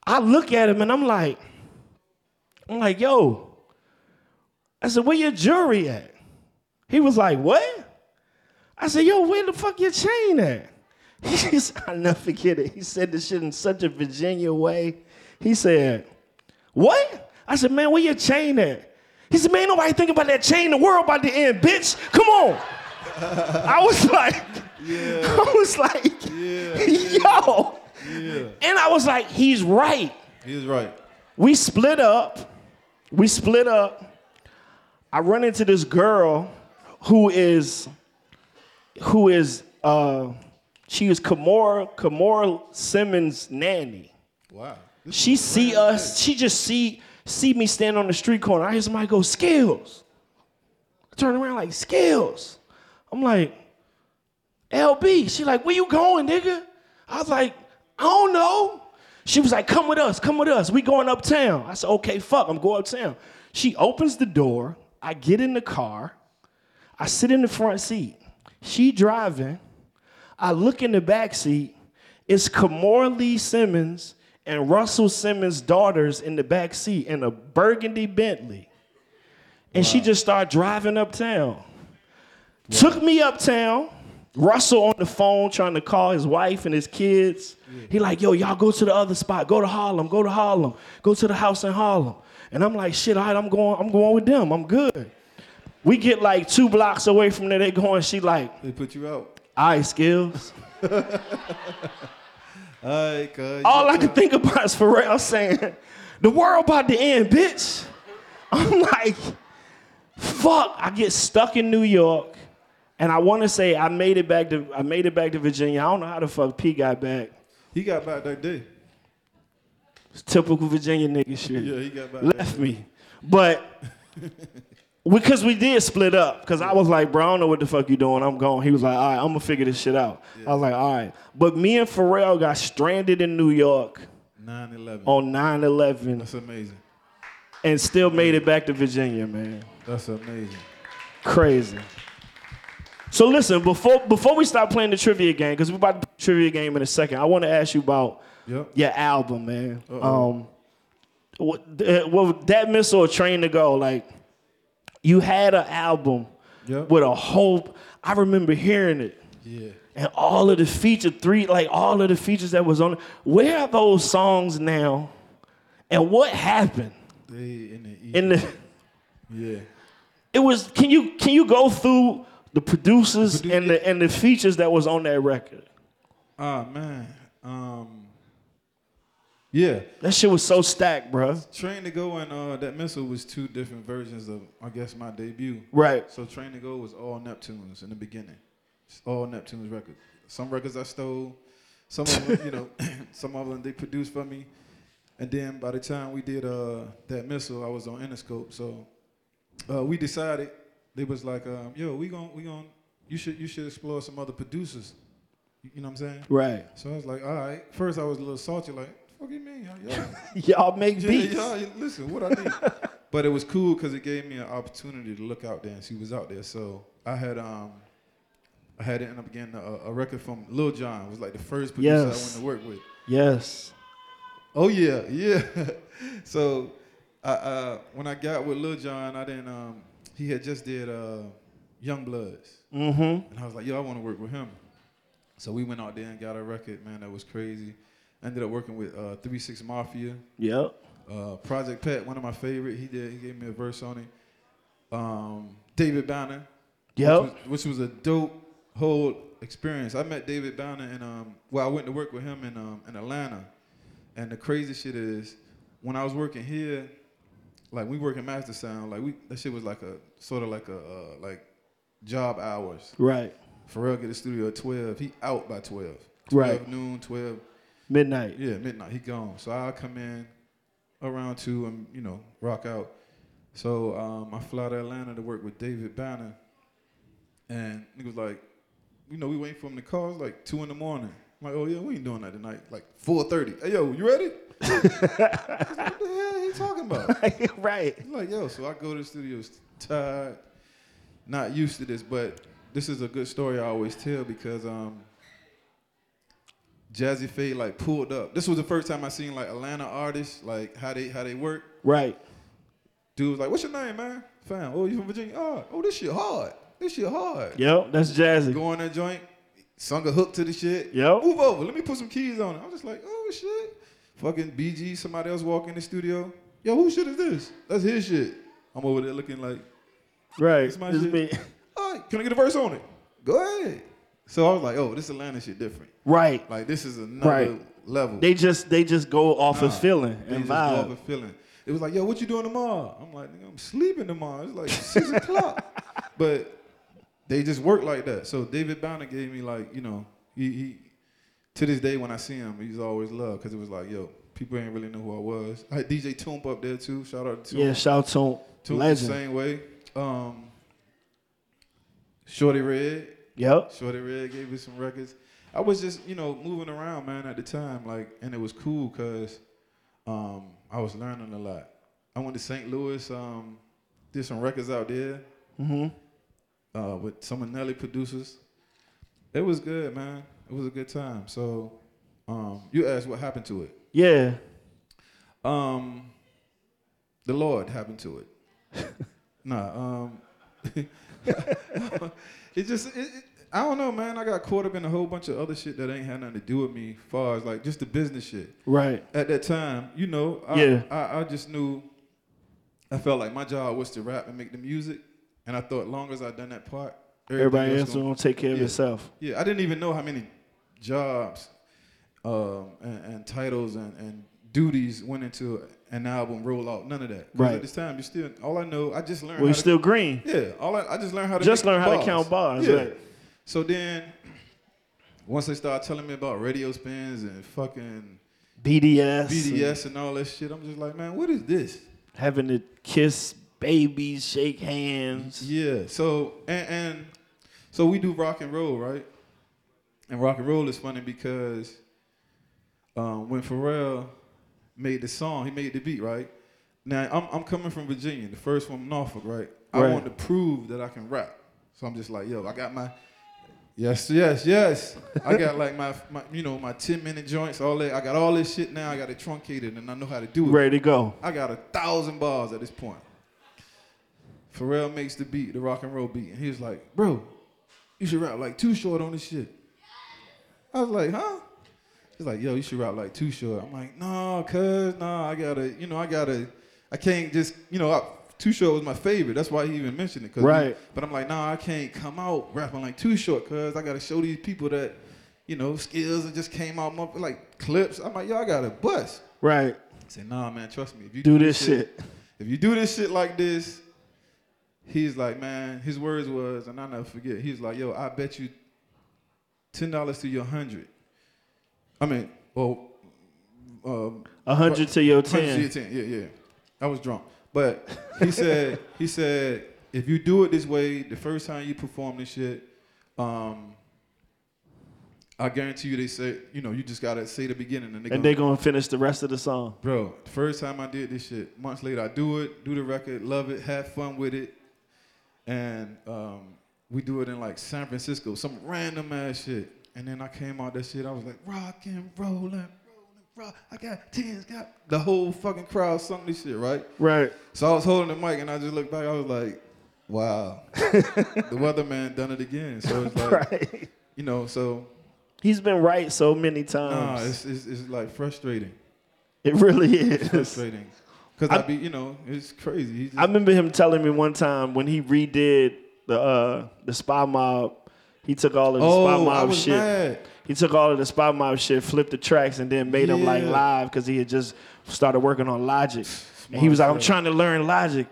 I look at him and I'm like, I'm like, yo. I said, where your jewelry at? He was like, what? I said, yo, where the fuck your chain at? He said, I never forget it. He said this shit in such a Virginia way. He said, what? I said, man, where your chain at? He said, man, nobody think about that chain. The world about to end, bitch. Come on. I was like, I was like, yo. And I was like, he's right.
He was right.
We split up. We split up. I run into this girl who is who is uh she is Kamora Kamora Simmons nanny.
Wow. This
She see us. She just see see me stand on the street corner. I hear somebody go skills. I turn around like skills. I'm like, LB. She like, where you going, nigga? I was like, I don't know. She was like, come with us, come with us. We going uptown. I said, okay, fuck, I'm going uptown. She opens the door. I get in the car. I sit in the front seat. She driving. I look in the back seat. It's Kamora Lee Simmons and Russell Simmons' daughters in the back seat in a burgundy Bentley. And she just started driving uptown. Took me uptown. Russell on the phone trying to call his wife and his kids. He like, yo, y'all go to the other spot. Go to Harlem. Go to Harlem. Go to the house in Harlem. And I'm like, shit, all right, I'm going, I'm going with them. I'm good. We get like two blocks away from there. They going, she like,
They put you out.
all right, skills.
All right, cuz.
All I can think about is Pharrell saying, the world about to end, bitch. I'm like, fuck. I get stuck in New York. And I wanna say I made it back to I made it back to Virginia. I don't know how the fuck P got back.
He got back that day.
It's typical Virginia nigga shit.
Yeah, he got back. that
Left me. But because we did split up, because I was like, bro, I don't know what the fuck you doing. I'm gone. He was like, all right, I'm gonna figure this shit out. I was like, all right. But me and Pharrell got stranded in New York
9-11.
on 9 11
That's amazing.
and still made it back to Virginia, man.
That's amazing.
Crazy. So listen, before before we start playing the trivia game, because we're about to play the trivia game in a second, I want to ask you about
Yep.
your album, man.
Uh-oh.
Um, what, uh, what that missile train to go? Like, you had an album
Yep.
with a whole. I remember hearing it
Yeah.
and all of the feature three, like all of the features that was on. it. Where are those songs now? And what happened
They in the E.
in the?
yeah.
it was can you can you go through the producers
Produ-
and the and the features that was on that record
Ah man. Um. Yeah.
that shit was so stacked bruh
Train to Go and uh, that missile was two different versions of, I guess, my debut.
right
So Train to Go was all Neptunes in the beginning, It's all Neptunes records. Some records I stole, some of them, you know, some of them they produced for me. And then by the time we did uh, that missile, I was on Interscope. So uh, we decided they was like, um, "Yo, we gon' we gon' you should you should explore some other producers." You know what I'm saying?
Right.
So I was like, all right. First, I was a little salty, like, fuck you mean? Y'all, y'all,
Y'all make
yeah,
beats.
y'all, you- listen, what I did. but it was cool because it gave me an opportunity to look out there and see what's out there. So I had um, I had to end up getting a, a record from Lil Jon. It was like the first producer I went
Yes.
to work with.
Yes.
Oh yeah, yeah. so, I, uh, when I got with Lil Jon, I didn't. Um, he had just did uh, Young Bloods, mm-hmm. and I was like, "Yo, I want to work with him." So we went out there and got a record. Man, that was crazy. Ended up working with uh, Three Six Mafia,
Yep.
uh, Project Pat, one of my favorite. He did. He gave me a verse on it. Um, David Banner, which,
Yep.
was, which was a dope whole experience. I met David Banner in um well, I went to work with him in um in Atlanta. And the crazy shit is when I was working here, like we work in Master Sound, like we that shit was like a sort of like a uh, like job hours.
Right.
Pharrell get to the studio at twelve, he out by twelve. 12
Right.
noon, twelve
Midnight.
yeah, midnight. He gone. So I come in around two and you know rock out. So um, I fly to Atlanta to work with David Banner, and he was like, you know, we waiting for him to call. It's like two in the morning. I'm like, oh yeah, we ain't doing that tonight. Like four thirty. Hey yo, you ready? I was like, what the hell are you talking about?
right.
He's like, yo, so I go to the studios tired, not used to this, but this is a good story I always tell because um, Jazzy Faye like pulled up. This was the first time I seen like Atlanta artists, like how they how they work.
Right.
Dude was like, what's your name, man? Fam. Oh, you from Virginia? Oh, oh, this shit hard. This shit hard.
Yep. That's jazzy.
Go on that joint, sung a hook to the shit.
Yo.
Move over. Let me put some keys on it. I'm just like, oh shit. Fucking BG, somebody else walk in the studio. Yo, who shit is this? That's his shit. I'm over there looking like,
Right.
It's my
This
shit.
me.
all right, can I get a verse on it? Go ahead. So I was like, oh, this Atlanta shit different.
Right.
Like this is another
Right.
level.
They just they just go off
Nah.
of feeling
They
and
just love
vibe.
the feeling. It was like, yo, what you doing tomorrow? I'm like, nigga, I'm sleeping tomorrow. It's like six o'clock. But they just work like that. So David Banner gave me like, you know, he, he to this day when I see him, he's always loved because it was like, yo, people ain't really know who I was. I had DJ Toomp up there too. Shout out to Toomp.
Yeah. Shout to
Toomp
legend.
the same way. Um, Shorty Red.
Yep.
Shorty Red gave me some records. I was just, you know, moving around, man, at the time, like, and it was cool because um, I was learning a lot. I went to St. Louis, um, did some records out there uh, with some of Nelly producers. It was good, man. It was a good time. So, um, you asked what happened to it.
Yeah.
Um, the Lord happened to it. nah, um, it just it, it, I don't know, man. I got caught up in a whole bunch of other shit that ain't had nothing to do with me. Far as like just the business shit.
Right.
At that time, you know, I,
Yeah.
I, I just knew. I felt like my job was to rap and make the music, and I thought long as I done that part, everything
Everybody
else
else
gonna-
gonna take care of
Yeah.
itself.
yeah, I didn't even know how many jobs um, and, and titles and, and duties went into an album rollout. None of that. 'Cause
Right.
At this time, you still all I know. I just learned.
We're
how
still
To,
green.
yeah, all I, I just learned how to
Just
make
learn how to count bars,
Yeah.
right.
So then, once they started telling me about radio spins and fucking
BDS.
BDS and all that shit, I'm just like, man, what is this?
Having to kiss babies, shake hands.
Yeah. So and, and so we do rock and roll, right? And rock and roll is funny because um, when Pharrell made the song, he made the beat, right? Now I'm I'm coming from Virginia, the first from Norfolk, right? I
Right.
want to prove that I can rap, so I'm just like, yo, I got my yes, yes, yes. I got like my, my you know my 10 minute joints, all that. I got all this shit now. I got it truncated, and I know how to do it.
Ready to go.
I got a thousand bars at this point. Pharrell makes the beat, the rock and roll beat, and he was like, "Bro, you should rap like Too Short on this shit." I was like, "Huh?" He's like, "Yo, you should rap like Too Short." I'm like, "No, cuz, no, I gotta, you know, I gotta, I can't just, you know, I, Too Short was my favorite. That's why he even mentioned it. 'cause
Right.
but I'm like, nah, I can't come out rapping like Too Short, cuz I gotta show these people that, you know, skills and just came out mo- like clips. I'm like, yo, I got to bust.
Right.
Say, nah, man, trust me. If you
Do this shit.
if you do this shit like this, he's like, man, his words was, and I never forget, he's like, yo, I bet you ten dollars to your hundred. I mean, well, um,
A hundred to your
100 to
ten.
your ten, yeah, yeah. I was drunk, but he said, he said, if you do it this way, the first time you perform this shit, um, I guarantee you, they say, you know, you just gotta say the beginning, and
And
they gonna-
they gonna finish the rest of the song.
Bro, the first time I did this shit, months later, I do it, do the record, love it, have fun with it. And um, we do it in like San Francisco, some random ass shit. And then I came out that shit, I was like, rock and rollin', rollin', rock. I got tens, got the whole fucking crowd sung this shit, right?
Right.
So I was holding the mic and I just looked back, I was like, wow. the weatherman done it again. So it's like,
Right.
you know, so
He's been right so many
nah,
times.
it's, it's, it's like frustrating.
it really is.
Frustrating. Cause I be, you know, it's crazy. He just-
I remember him telling me one time when he redid the uh, the spy mob, he took all of the
Oh,
spy
I
mob
was
shit.
mad.
He took all of the spy mob shit, flipped the tracks, and then made them like
Yeah.
live because he had just started working on Logic. and he was like, "I'm trying to learn Logic,"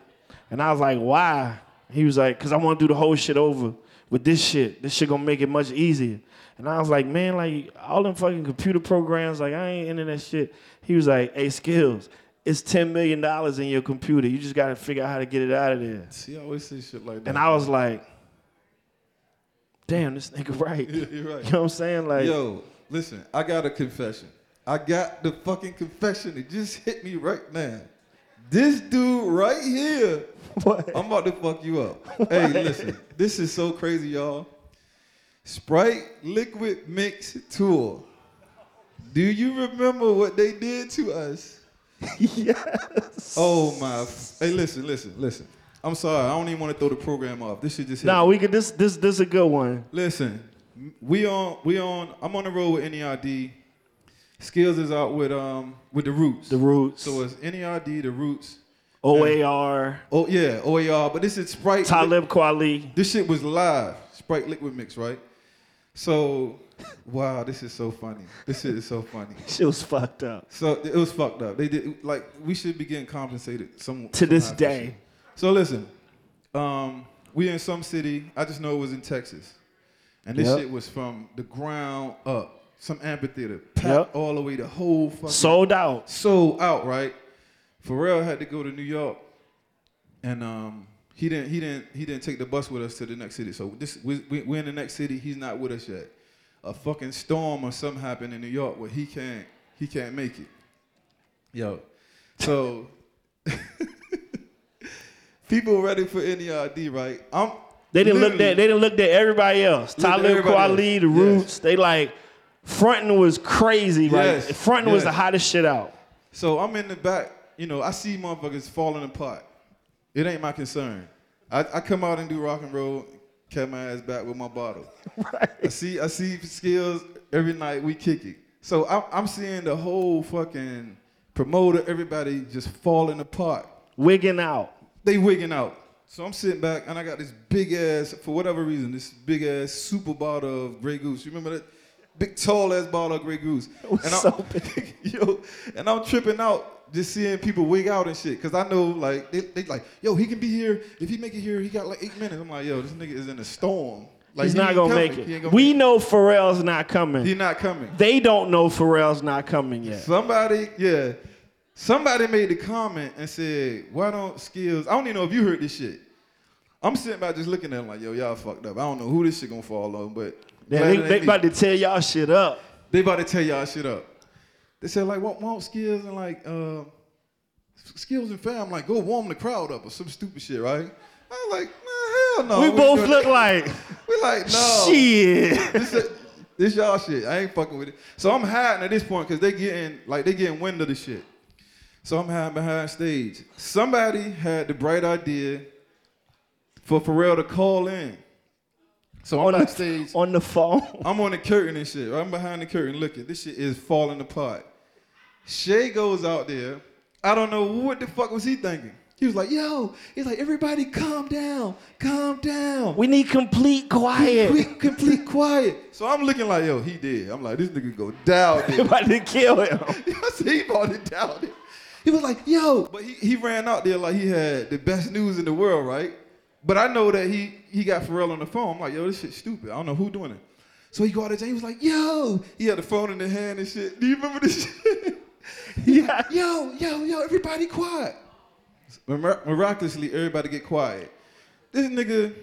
and I was like, "Why?" He was like, "Cause I want to do the whole shit over with this shit. This shit gonna make it much easier." And I was like, "Man, like all them fucking computer programs, like I ain't into that shit." He was like, "Hey, skills." It's ten million dollars in your computer. You just gotta figure out how to get it out of there.
She always say shit like that.
And I was like, damn, this nigga right.
You're right.
You know what I'm saying? Like,
Yo, listen, I got a confession. I got the fucking confession. It just hit me right now. This dude right here,
what?
I'm about to fuck you up. hey, listen, this is so crazy, y'all. Sprite Liquid Mix Tour. Do you remember what they did to us?
yes.
Oh my! f- Hey, listen, listen, listen. I'm sorry. I don't even want to throw the program off. This shit just hit
Nah,
me.
we could. This, this, this is a good one.
Listen, we on we on. I'm on the road with NERD. Skills is out with um with the Roots.
The Roots,
So it's NERD, the Roots.
OAR,
Oh yeah, OAR. But this is Sprite.
Talib Kweli.
This shit was live. Sprite liquid mix, right? So, wow, this is so funny. This shit is so funny.
Shit was fucked up.
So it was fucked up. They did like we should be getting compensated some
To this
somehow for
day.
shit. So listen, um, we in some city. I just know it was in Texas, and this
Yep.
shit was from the ground up, some amphitheater, packed
Yep.
all the way the whole fucking
Sold out.
sold out, right? Pharrell had to go to New York, and um, he didn't he didn't he didn't take the bus with us to the next city. So this we, we, we're in the next city. He's not with us yet. A fucking storm or something happened in New York where he can't he can't make it. Yo, so people ready for NERD, right? I'm.
They didn't look
literally-
that. They didn't look at everybody else.
Looked at
Talib
everybody
Kweli,
else.
The
Yes.
Roots. They like fronting was crazy.
Yes.
Right, fronting was the
Yes.
hottest shit out.
So I'm in the back, you know, I see motherfuckers falling apart. It ain't my concern. I, I come out and do rock and roll, cut my ass back with my bottle. I see I see skills every night we kick it. So I'm, I'm seeing the whole fucking promoter, everybody just falling apart.
Wigging out.
They wigging out. So I'm sitting back and I got this big ass, for whatever reason, this big ass super bottle of Grey Goose. You remember that? Big tall ass bottle of Grey Goose.
was
and I'm,
so big.
yo, and I'm tripping out just seeing people wig out and shit. Cause I know like they, they like, yo, he can be here. If he make it here, he got like eight minutes. I'm like, yo, this nigga is in a storm. Like
He's
he
not
ain't
gonna
coming.
make
He
it.
ain't gonna
we
make
know Pharrell's not coming.
it. he not coming.
They don't know Pharrell's not coming yet.
Somebody, yeah, somebody made the comment and said, "Why don't skills?" I don't even know if you heard this shit. I'm sitting back just looking at him like, "Yo, y'all fucked up." I don't know who this shit gonna fall on, but
They,
glad
they,
it ain't
they
me.
about to tear y'all shit up.
They about to tear y'all shit up. They said like, "What won't skills and like uh, skills and fam like go warm the crowd up or some stupid shit, right?" I was like, nah, "Hell no."
we
What
both
you
look
doing?
like
We like no.
shit.
this, this y'all shit. I ain't fucking with it. So I'm hiding at this point because they getting like they getting wind of the shit. So I'm hiding behind stage. Somebody had the bright idea for Pharrell to call in. So I'm
on,
backstage.
the, on the phone.
I'm on the curtain and shit. right? I'm behind the curtain looking. This shit is falling apart. Shay goes out there. I don't know what the fuck was he thinking. He was like, "Yo," he's like, "Everybody, calm down, calm down."
We need complete
We
quiet.
complete quiet. So I'm looking like, yo, he did. I'm like, this nigga go down
They
there.
about to kill him.
I said, he bought it down there. He was like, yo. But he, he ran out there like he had the best news in the world, right? But I know that he he got Pharrell on the phone. I'm like, yo, this shit stupid. I don't know who doing it. So he go out there and he was like, yo. He had the phone in the hand and shit. Do you remember this shit?
Yeah.
yo, yo, yo, everybody quiet. Mir- miraculously, everybody get quiet. This nigga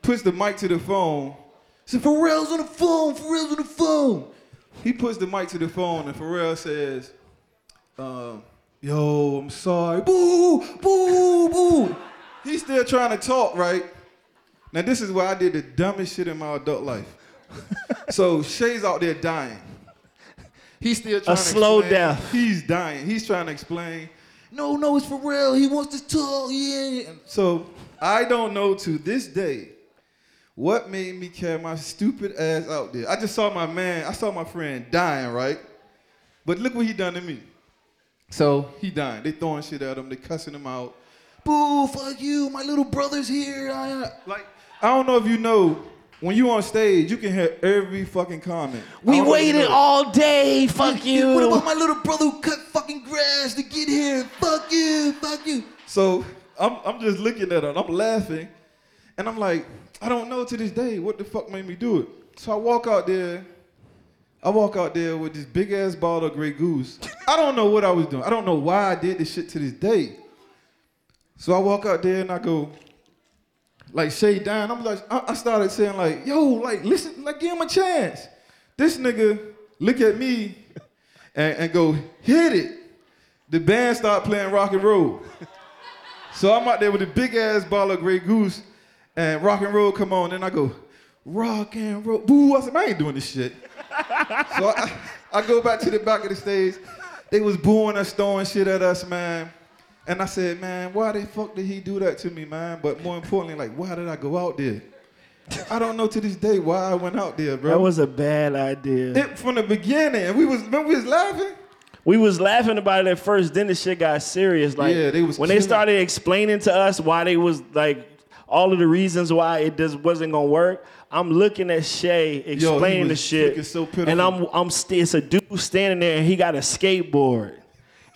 puts the mic to the phone said, Pharrell's on the phone, Pharrell's on the phone. He puts the mic to the phone and Pharrell says, um, yo, I'm sorry. Boo, boo, boo. He's still trying to talk, right? Now this is where I did the dumbest shit in my adult life. so Shay's out there dying. He's still trying to
slow
explain.
death.
He's dying. He's trying to explain. No, no, it's for real. He wants to talk. Yeah. So I don't know to this day what made me carry my stupid ass out there. I just saw my man, I saw my friend dying, right? But look what he done to me. So he dying. They throwing shit at him. They cussing him out. Boo! Fuck you! My little brother's here. Ah, I, like I don't know if you know. When you on stage, you can hear every fucking comment. I
We
don't know if you
waited
know.
all day. Fuck you.
What about my little brother who cut fucking grass to get here? Fuck you! Fuck you! So I'm I'm just looking at him. I'm laughing, and I'm like, I don't know to this day what the fuck made me do it. So I walk out there. I walk out there with this big ass bottle of Grey Goose. I don't know what I was doing. I don't know why I did this shit to this day. So I walk out there and I go, like Shay down. I'm like, I, I started saying like, yo, like listen, like give him a chance. This nigga look at me and, and go hit it. The band start playing rock and roll. so I'm out there with a big ass ball of Grey Goose and rock and roll come on. And I go, rock and roll. Boo, I said, I ain't doing this shit. so I, I go back to the back of the stage. They was booing us, throwing shit at us, man. And I said, man, why the fuck did he do that to me, man? But more importantly, like, why did I go out there? I don't know to this day why I went out there, bro.
That was a bad idea.
it from the beginning. And we was remember we was laughing.
we was laughing about it at first. Then the shit got serious. Like
Yeah, they was
when they
killing-
started explaining to us why they was like all of the reasons why it just wasn't gonna work. I'm looking at Shay explaining the
was
shit,
freaking so pitiful.
and I'm I'm st- it's a dude standing there and he got a skateboard,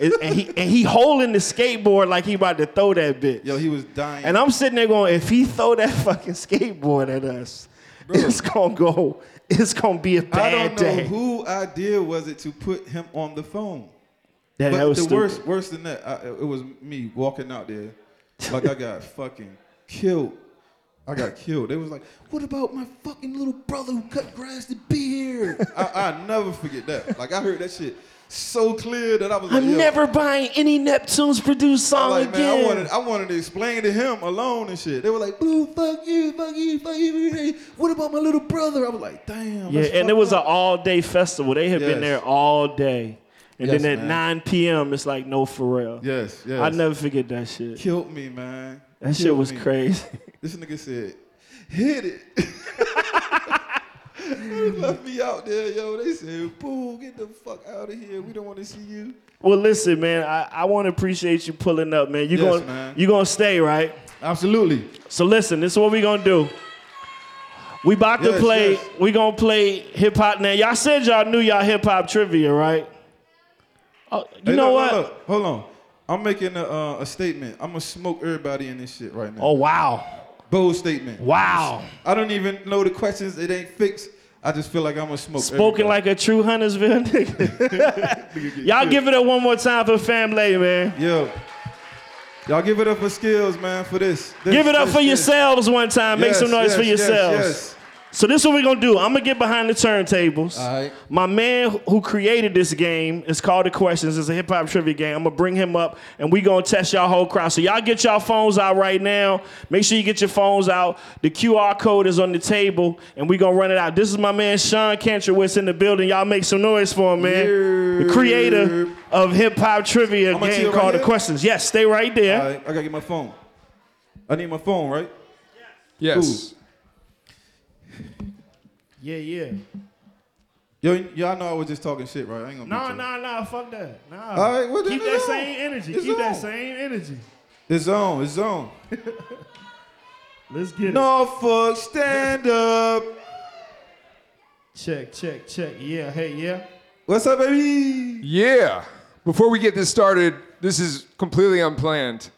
and, and he and he holding the skateboard like he about to throw that bitch.
Yo, he was dying.
And I'm sitting there going, if he throw that fucking skateboard at us, it's gonna go. It's gonna be a
I
bad
don't know
day.
who idea was it to put him on the phone.
that,
But
that was
the
stupid.
worst, worse than that, I, it was me walking out there, like I got fucking killed. I got killed. They was like, "What about my fucking little brother who cut grass to be here?" I, I never forget that. Like I heard that shit so clear that I was like,
I'm
yo,
never buying any Neptunes produced
I'm
song
like,
again.
man, I wanted, I wanted to explain to him alone and shit. They were like, "Blue, fuck you, fuck you, fuck you." Hey, what about my little brother? I was like, "Damn."
yeah,
that's
and it
fucked
was an
up.
all day festival. They had been there
Yes.
all day. And
Yes,
then at
man.
9 p.m., it's like, no, for real.
yes, yes.
I never forget that shit.
killed me, man.
That shit
Killed
was
me.
crazy.
This nigga said, hit it. They left me out there, yo. They said, Boo, get the fuck out of here. We don't want to see you.
well, listen, man, I, I want to appreciate you pulling up, man. You're
Yes,
going
man.
you gonna stay, right?
Absolutely.
So listen, this is what we gonna do. We about to
Yes,
play.
yes.
We gonna play hip hop now. Y'all said y'all knew y'all hip hop trivia, right? Oh, you know what?
Hold on. I'm making a, uh, a statement. I'm going to smoke everybody in this shit right now.
Oh wow,
Bold statement.
wow!
I don't even know the questions. It ain't fixed. I just feel like I'm going to smoke
Spoken
everybody.
like a true Huntersville nigga. y'all give it up one more time for family, man.
Yo. Y'all give it up for skills, man, for this. This-
Give it up
this-
for
this.
yourselves one time. Make
Yes,
some noise
yes,
for
yes,
yourselves.
yes.
So this is what we're gonna do. I'm gonna get behind the turntables.
All right.
My man who created this game is called The Questions. It's a hip hop trivia game. I'm gonna bring him up and we gonna test y'all whole crowd. So y'all get y'all phones out right now. Make sure you get your phones out. The QR code is on the table and we gonna run it out. This is my man Sean Cantrowitz in the building. Y'all make some noise for him, man. The creator of hip hop trivia
I'ma chill
game
right
called The
here.
Questions. Yes, stay right there.
All right, I got to get my phone. I need my phone, right?
Yes.
Yeah, yeah.
Yo, y'all know I was just talking shit, right? I ain't gonna
Nah,
beat y'all.
nah, nah. Fuck that. Nah.
All right, well, then
Keep
it
that
on.
same energy.
It's
Keep that
on.
same energy.
It's on, it's on.
Let's get it.
Norfolk, stand up.
Check, check, check. Yeah, hey, yeah.
What's up, baby?
Yeah. Before we get this started, this is completely unplanned.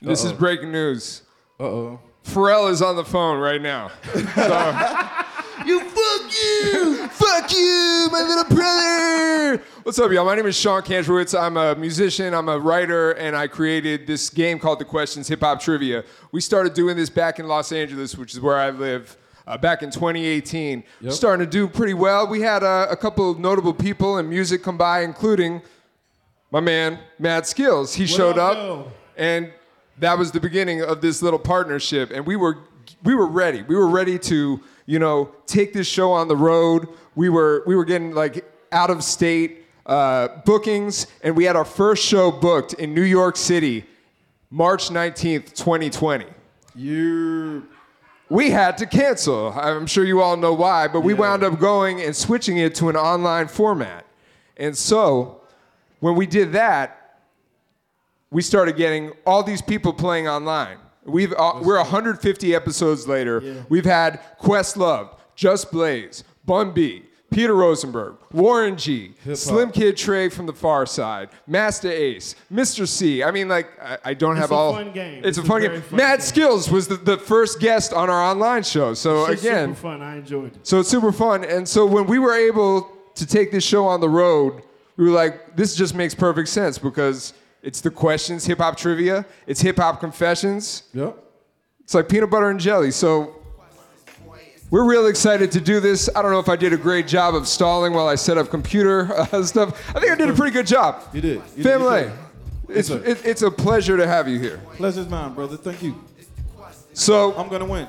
This is breaking news.
Uh oh.
Pharrell is on the phone right now.
You fuck you!
Fuck you, my little brother. What's up, y'all? My name is Sean Kantrowitz. I'm a musician, I'm a writer, and I created this game called The Questions Hip Hop Trivia. We started doing this back in Los Angeles, which is where I live, uh, back in 2018. Starting to do pretty well. We had uh, a couple of notable people in music come by, including my man, Mad Skills. He showed
up,
up,
yo?
and that was the beginning of this little partnership. And we were we were ready. We were ready to you know take this show on the road. We were we were getting like out of state uh, bookings, and we had our first show booked in New York City, March nineteenth, twenty twenty.
You
We had to cancel. I'm sure you all know why, but we wound up going and switching it to an online format. And so when we did that, we started getting all these people playing online. We've, uh, we're 150 episodes later. We've had Questlove, Just Blaze, Bun B, Peter Rosenberg, Warren G, Slim Kid Trey from the Far Side, Master Ace, Mr. C. I mean, like, I, I don't have
a
all.
fun game.
It's,
It's
a
a
fun
very
game.
fun
Matt
game.
Skills was the, the first guest on our online show. So
It's
again,
super fun. I enjoyed it.
so it's super fun. And so when we were able to take this show on the road, we were like, this just makes perfect sense because it's the questions, hip hop trivia, it's hip hop confessions.
Yep.
It's like peanut butter and jelly. So we're real excited to do this. I don't know if I did a great job of stalling while I set up computer uh, stuff. I think I did a pretty good job.
You did. You did.
Family,
You
it's,
sir.
it, it's a pleasure to have you here.
Pleasure's mine, brother. Thank you.
So
I'm gonna win.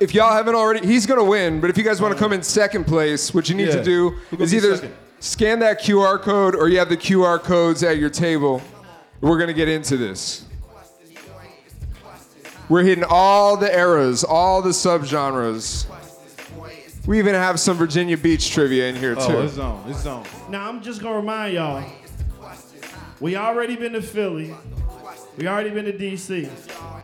if y'all haven't already, he's gonna win. But if you guys want to come in second place, what you need to
Yeah.
do
Who gonna
is
be
either
second?
scan that QR code or you have the QR codes at your table. We're gonna get into this. We're hitting all the eras, all the subgenres. We even have some Virginia Beach trivia in here too.
Oh, it's on. It's on.
Now I'm just gonna remind y'all. We already been to Philly. We already been to DC.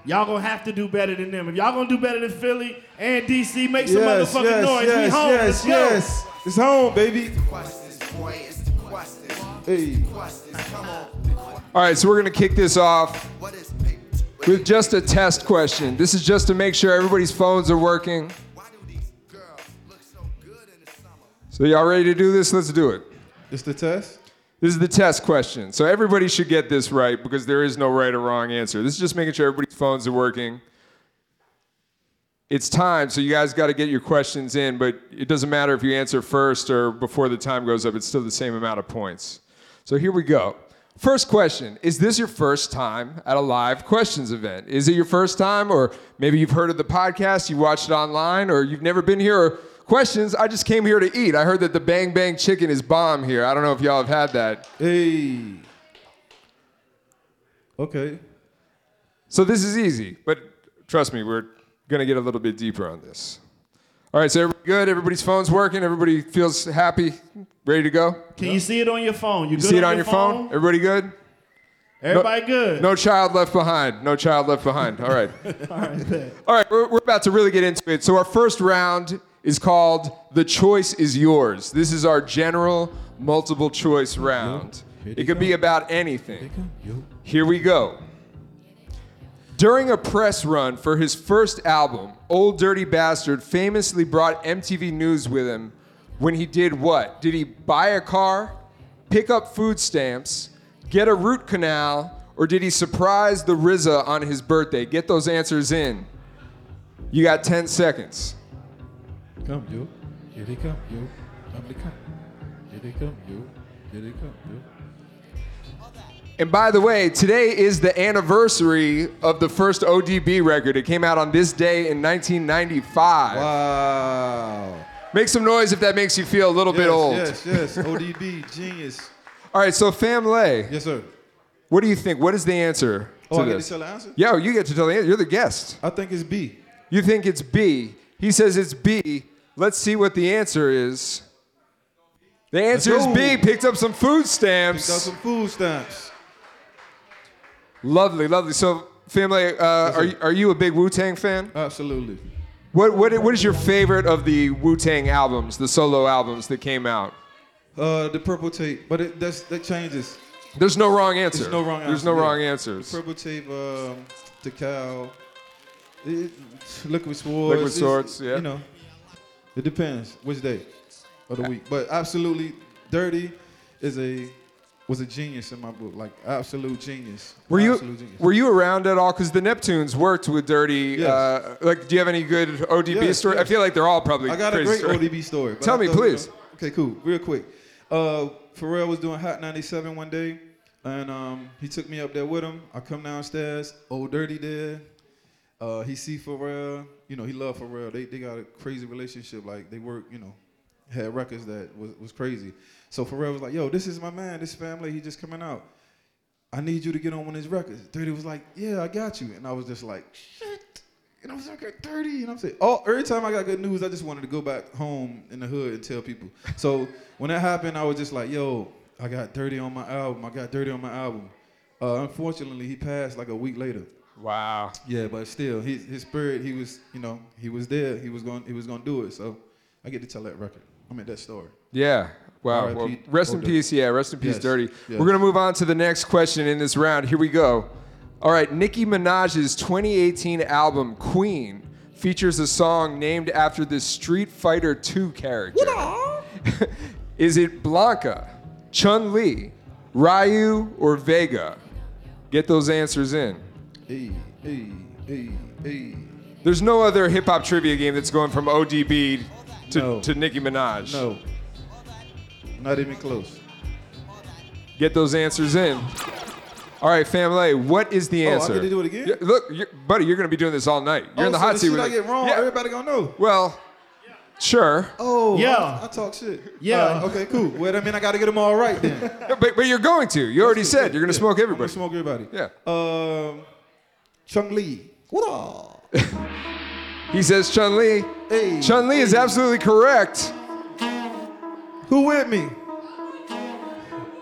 Y'all gonna have to do better than them. If y'all gonna do better than Philly and DC, make some motherfucking noise.
Yes,
we home.
yes,
Let's go.
yes. It's home, baby. Hey,
All right, so we're gonna kick this off with just a test question. This is just to make sure everybody's phones are working. So y'all ready to do this? Let's do it.
it's the test.
This is the test question. So everybody should get this right because there is no right or wrong answer. This is just making sure everybody's phones are working. It's time, so you guys got to get your questions in, but it doesn't matter if you answer first or before the time goes up, it's still the same amount of points. So here we go. First question Is this your first time at a live questions event? Is it your first time, or maybe you've heard of the podcast, you watched it online, or you've never been here? Or questions, I just came here to eat. I heard that the Bang Bang Chicken is bomb here. I don't know if y'all have had that.
Hey. Okay.
So this is easy, but trust me, we're gonna get a little bit deeper on this. All right, so everybody good. Everybody's phone's working. Everybody feels happy, ready to go.
Can you see it on your phone? You,
You
good
see it on your phone? Everybody good?
Everybody good?
No child left behind. No child left behind. All right.
All right, bet.
All right, we're, we're about to really get into it. So, our first round is called The Choice Is Yours. This is our general multiple choice round. It could be about anything. Here we go. During a press run for his first album, Old Dirty Bastard famously brought MTV News with him when he did what? Did he buy a car, pick up food stamps, get a root canal, or did he surprise the RZA on his birthday? Get those answers in. You got 10 seconds.
Come, yo. Here they come, yo. Come, they come. Here they come, yo. Here they come, yo.
And by the way, today is the anniversary of the first ODB record. It came out on this day in 1995.
Wow.
Make some noise if that makes you feel a little bit
yes,
old.
Yes, yes. ODB, genius.
All right, so Fam Lay,
Yes, sir.
what do you think? What is the answer
Oh,
to
I get
this?
to tell the answer?
Yo, you get to tell the answer. You're the guest.
I think it's B.
You think it's B. He says it's B. Let's see what the answer is. The answer is
go.
B. Picked up some food
Got
stamps.
some food stamps.
Lovely, lovely. So, family, uh, are, you- are you a big Wu Tang fan?
Absolutely.
What, what, what is your favorite of the Wu Tang albums, the solo albums that came out?
Uh, the purple tape, but it, that's that changes.
There's no wrong answer.
There's no wrong
There's
answer,
no
yeah.
wrong answers.
Purple tape, um, the cow, it, liquid swords.
Liquid
it's-
Swords, yeah.
You know, it depends which day of the week, but absolutely, dirty is a was a genius in my book, like absolute genius.
Were you
absolute genius.
were you around at all? Because the Neptunes worked with Dirty.
Yes.
Uh, like, do you have any good ODB
Yes,
story? I
yes.
feel like they're all probably.
I got a
crazy
great
story.
ODB story. but
Tell
I
me,
thought, you know-
please.
okay, cool. Real quick. Uh, Pharrell was doing Hot 97 one day, and um, he took me up there with him. I come downstairs, old dirty there. Uh, he see Pharrell. You know, he love Pharrell. They, they got a crazy relationship. Like, they work, you know, had records that was, was crazy. So Pharrell was like, yo, this is my man, this family. He just coming out. I need you to get on one of his records. Dirty was like, yeah, I got you. And I was just like, shit. And I was like, at 30. And I'm saying, oh, every time I got good news, I just wanted to go back home in the hood and tell people. So when that happened, I was just like, yo, I got dirty on my album. I got dirty on my album. Uh, unfortunately, he passed like a week later.
Wow.
Yeah, but still, his, his spirit, he was, you know, he was there. He was going, he was going to do it. So I get to tell that record. I mean, that story.
Yeah. Wow.
R.I.P.
Well, rest in
Dirty.
peace. Yeah. Rest in peace,
Yes.
Dirty.
Yes.
We're gonna move on to the next question in this round. Here we go. All right. Nicki Minaj's 2018 album Queen features a song named after the Street Fighter II character. Is it Blanca, Chun Li, Ryu, or Vega? Get those answers in.
Hey, hey, hey, hey.
There's no other hip hop trivia game that's going from ODB to,
No.
to Nicki Minaj.
No, not even close.
Get those answers in. All right, family, what is the
Oh, I
answer?
get to do it again?
Yeah, look, you're, buddy, you're going to be doing this all night. You're in the
Oh, so
hot
the
seat.
Shit
with
I
it.
get wrong.
Yeah.
Everybody gonna know.
Well, sure.
Oh,
Yeah.
I, I talk shit.
Yeah.
All right, okay, cool. Well, that mean I gotta get them all right then.
No, But, but you're going to. You already said you're going to
Yeah,
smoke
I'm gonna
everybody.
smoke everybody.
Yeah.
Um, Chung Lee. What up?
He says Chun Li.
Hey.
Chun Li is absolutely correct.
Who with me?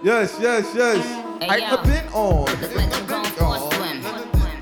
Yes, yes, yes.
Hey,
I-
yo,
I've been on.
let them go for a swim.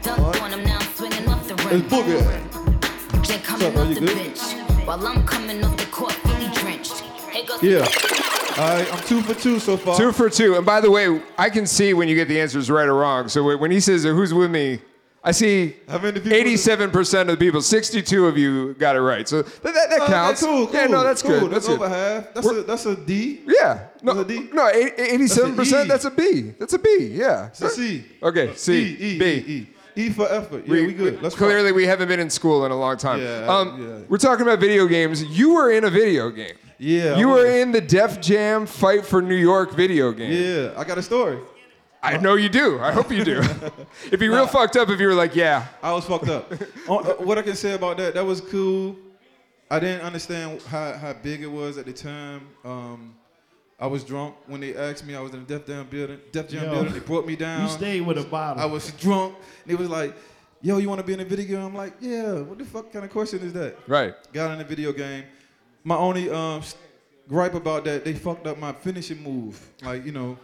Dunk on 'em now, I'm swinging off the rim.
It's booger.
They're coming
What's up, are
off
you
the
good?
bench. While I'm coming off the court, fully drenched. Here goes
Yeah. All right, I'm two for two so far.
Two for two. And by the way, I can see when you get the answers right or wrong. So when- when he says, Who's with me? I see
How many people-
87% of the people, 62 of you got it right. So that, that, that
Oh, Okay,
counts.
cool, cool.
yeah, no, that's
cool.
good. That's, good.
over half. That's a, that's a D.
Yeah. No,
That's a D?
no, eight- eighty-seven percent. That's
That's
a B. That's a B. Yeah.
It's a C.
Okay,
E,
C,
E,
B.
E, E. E for effort. Yeah, we, good. Let's rock.
Clearly, we haven't been in school in a long time. Um,
Yeah, yeah.
We're talking about video games. You were in a video game.
Yeah, I
You were
was.
in the Def Jam Fight for New York video game.
Yeah, I got a story.
I know you do. I hope you do. It'd be real fucked up if you were like, yeah.
I was fucked up. Uh, uh, what I can say about that, that was cool. I didn't understand how, how big it was at the time. Um, I was drunk when they asked me. I was in the Def Jam building. Def Jam
Yo.
building. They brought me down.
You stayed with a bottle.
I was drunk. And it was like, "Yo, you want to be in a video game?" I'm like, "Yeah." What the fuck kind of question is that?
Right.
Got in the video game. My only um, s- gripe about that, they fucked up my finishing move. Like you know,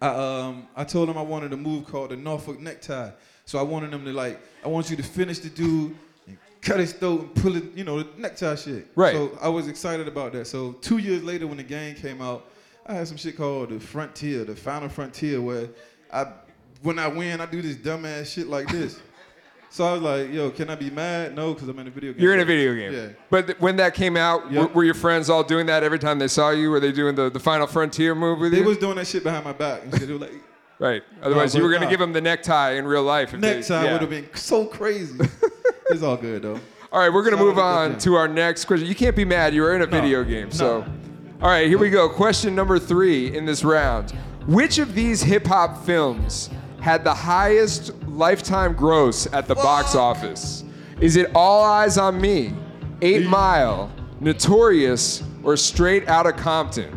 I um I told them I wanted a move called the Norfolk necktie. So I wanted them to like, I want you to finish the dude and cut his throat and pull it, you know, the necktie shit.
Right.
So I was excited about that. So two years later when the game came out, I had some shit called the Frontier, the Final Frontier, where I when I win, I do this dumbass shit like this. so I was like, yo, can I be mad? No, because I'm in a video game.
You're in a video game.
Yeah.
But th- when that came out,
Yeah.
were, were your friends all doing that every time they saw you? Were they doing the, the Final Frontier move with
They
you?
was doing that shit behind my back and shit. They were like,
right. Otherwise,
No,
you were
but
going to
nah.
give them the necktie in real life. If they-
necktie
yeah.
would have been so crazy. it's all good though.
All right, we're going to
Shout
move
out to
on
Def Jam.
to our next question. You can't be mad. You were in a video game. So, all right, here we go. Question number three in this round Which of these hip hop films had the highest lifetime gross at the box office? Is it All Eyes on Me, Eight Mile, Notorious, or Straight Outta Compton?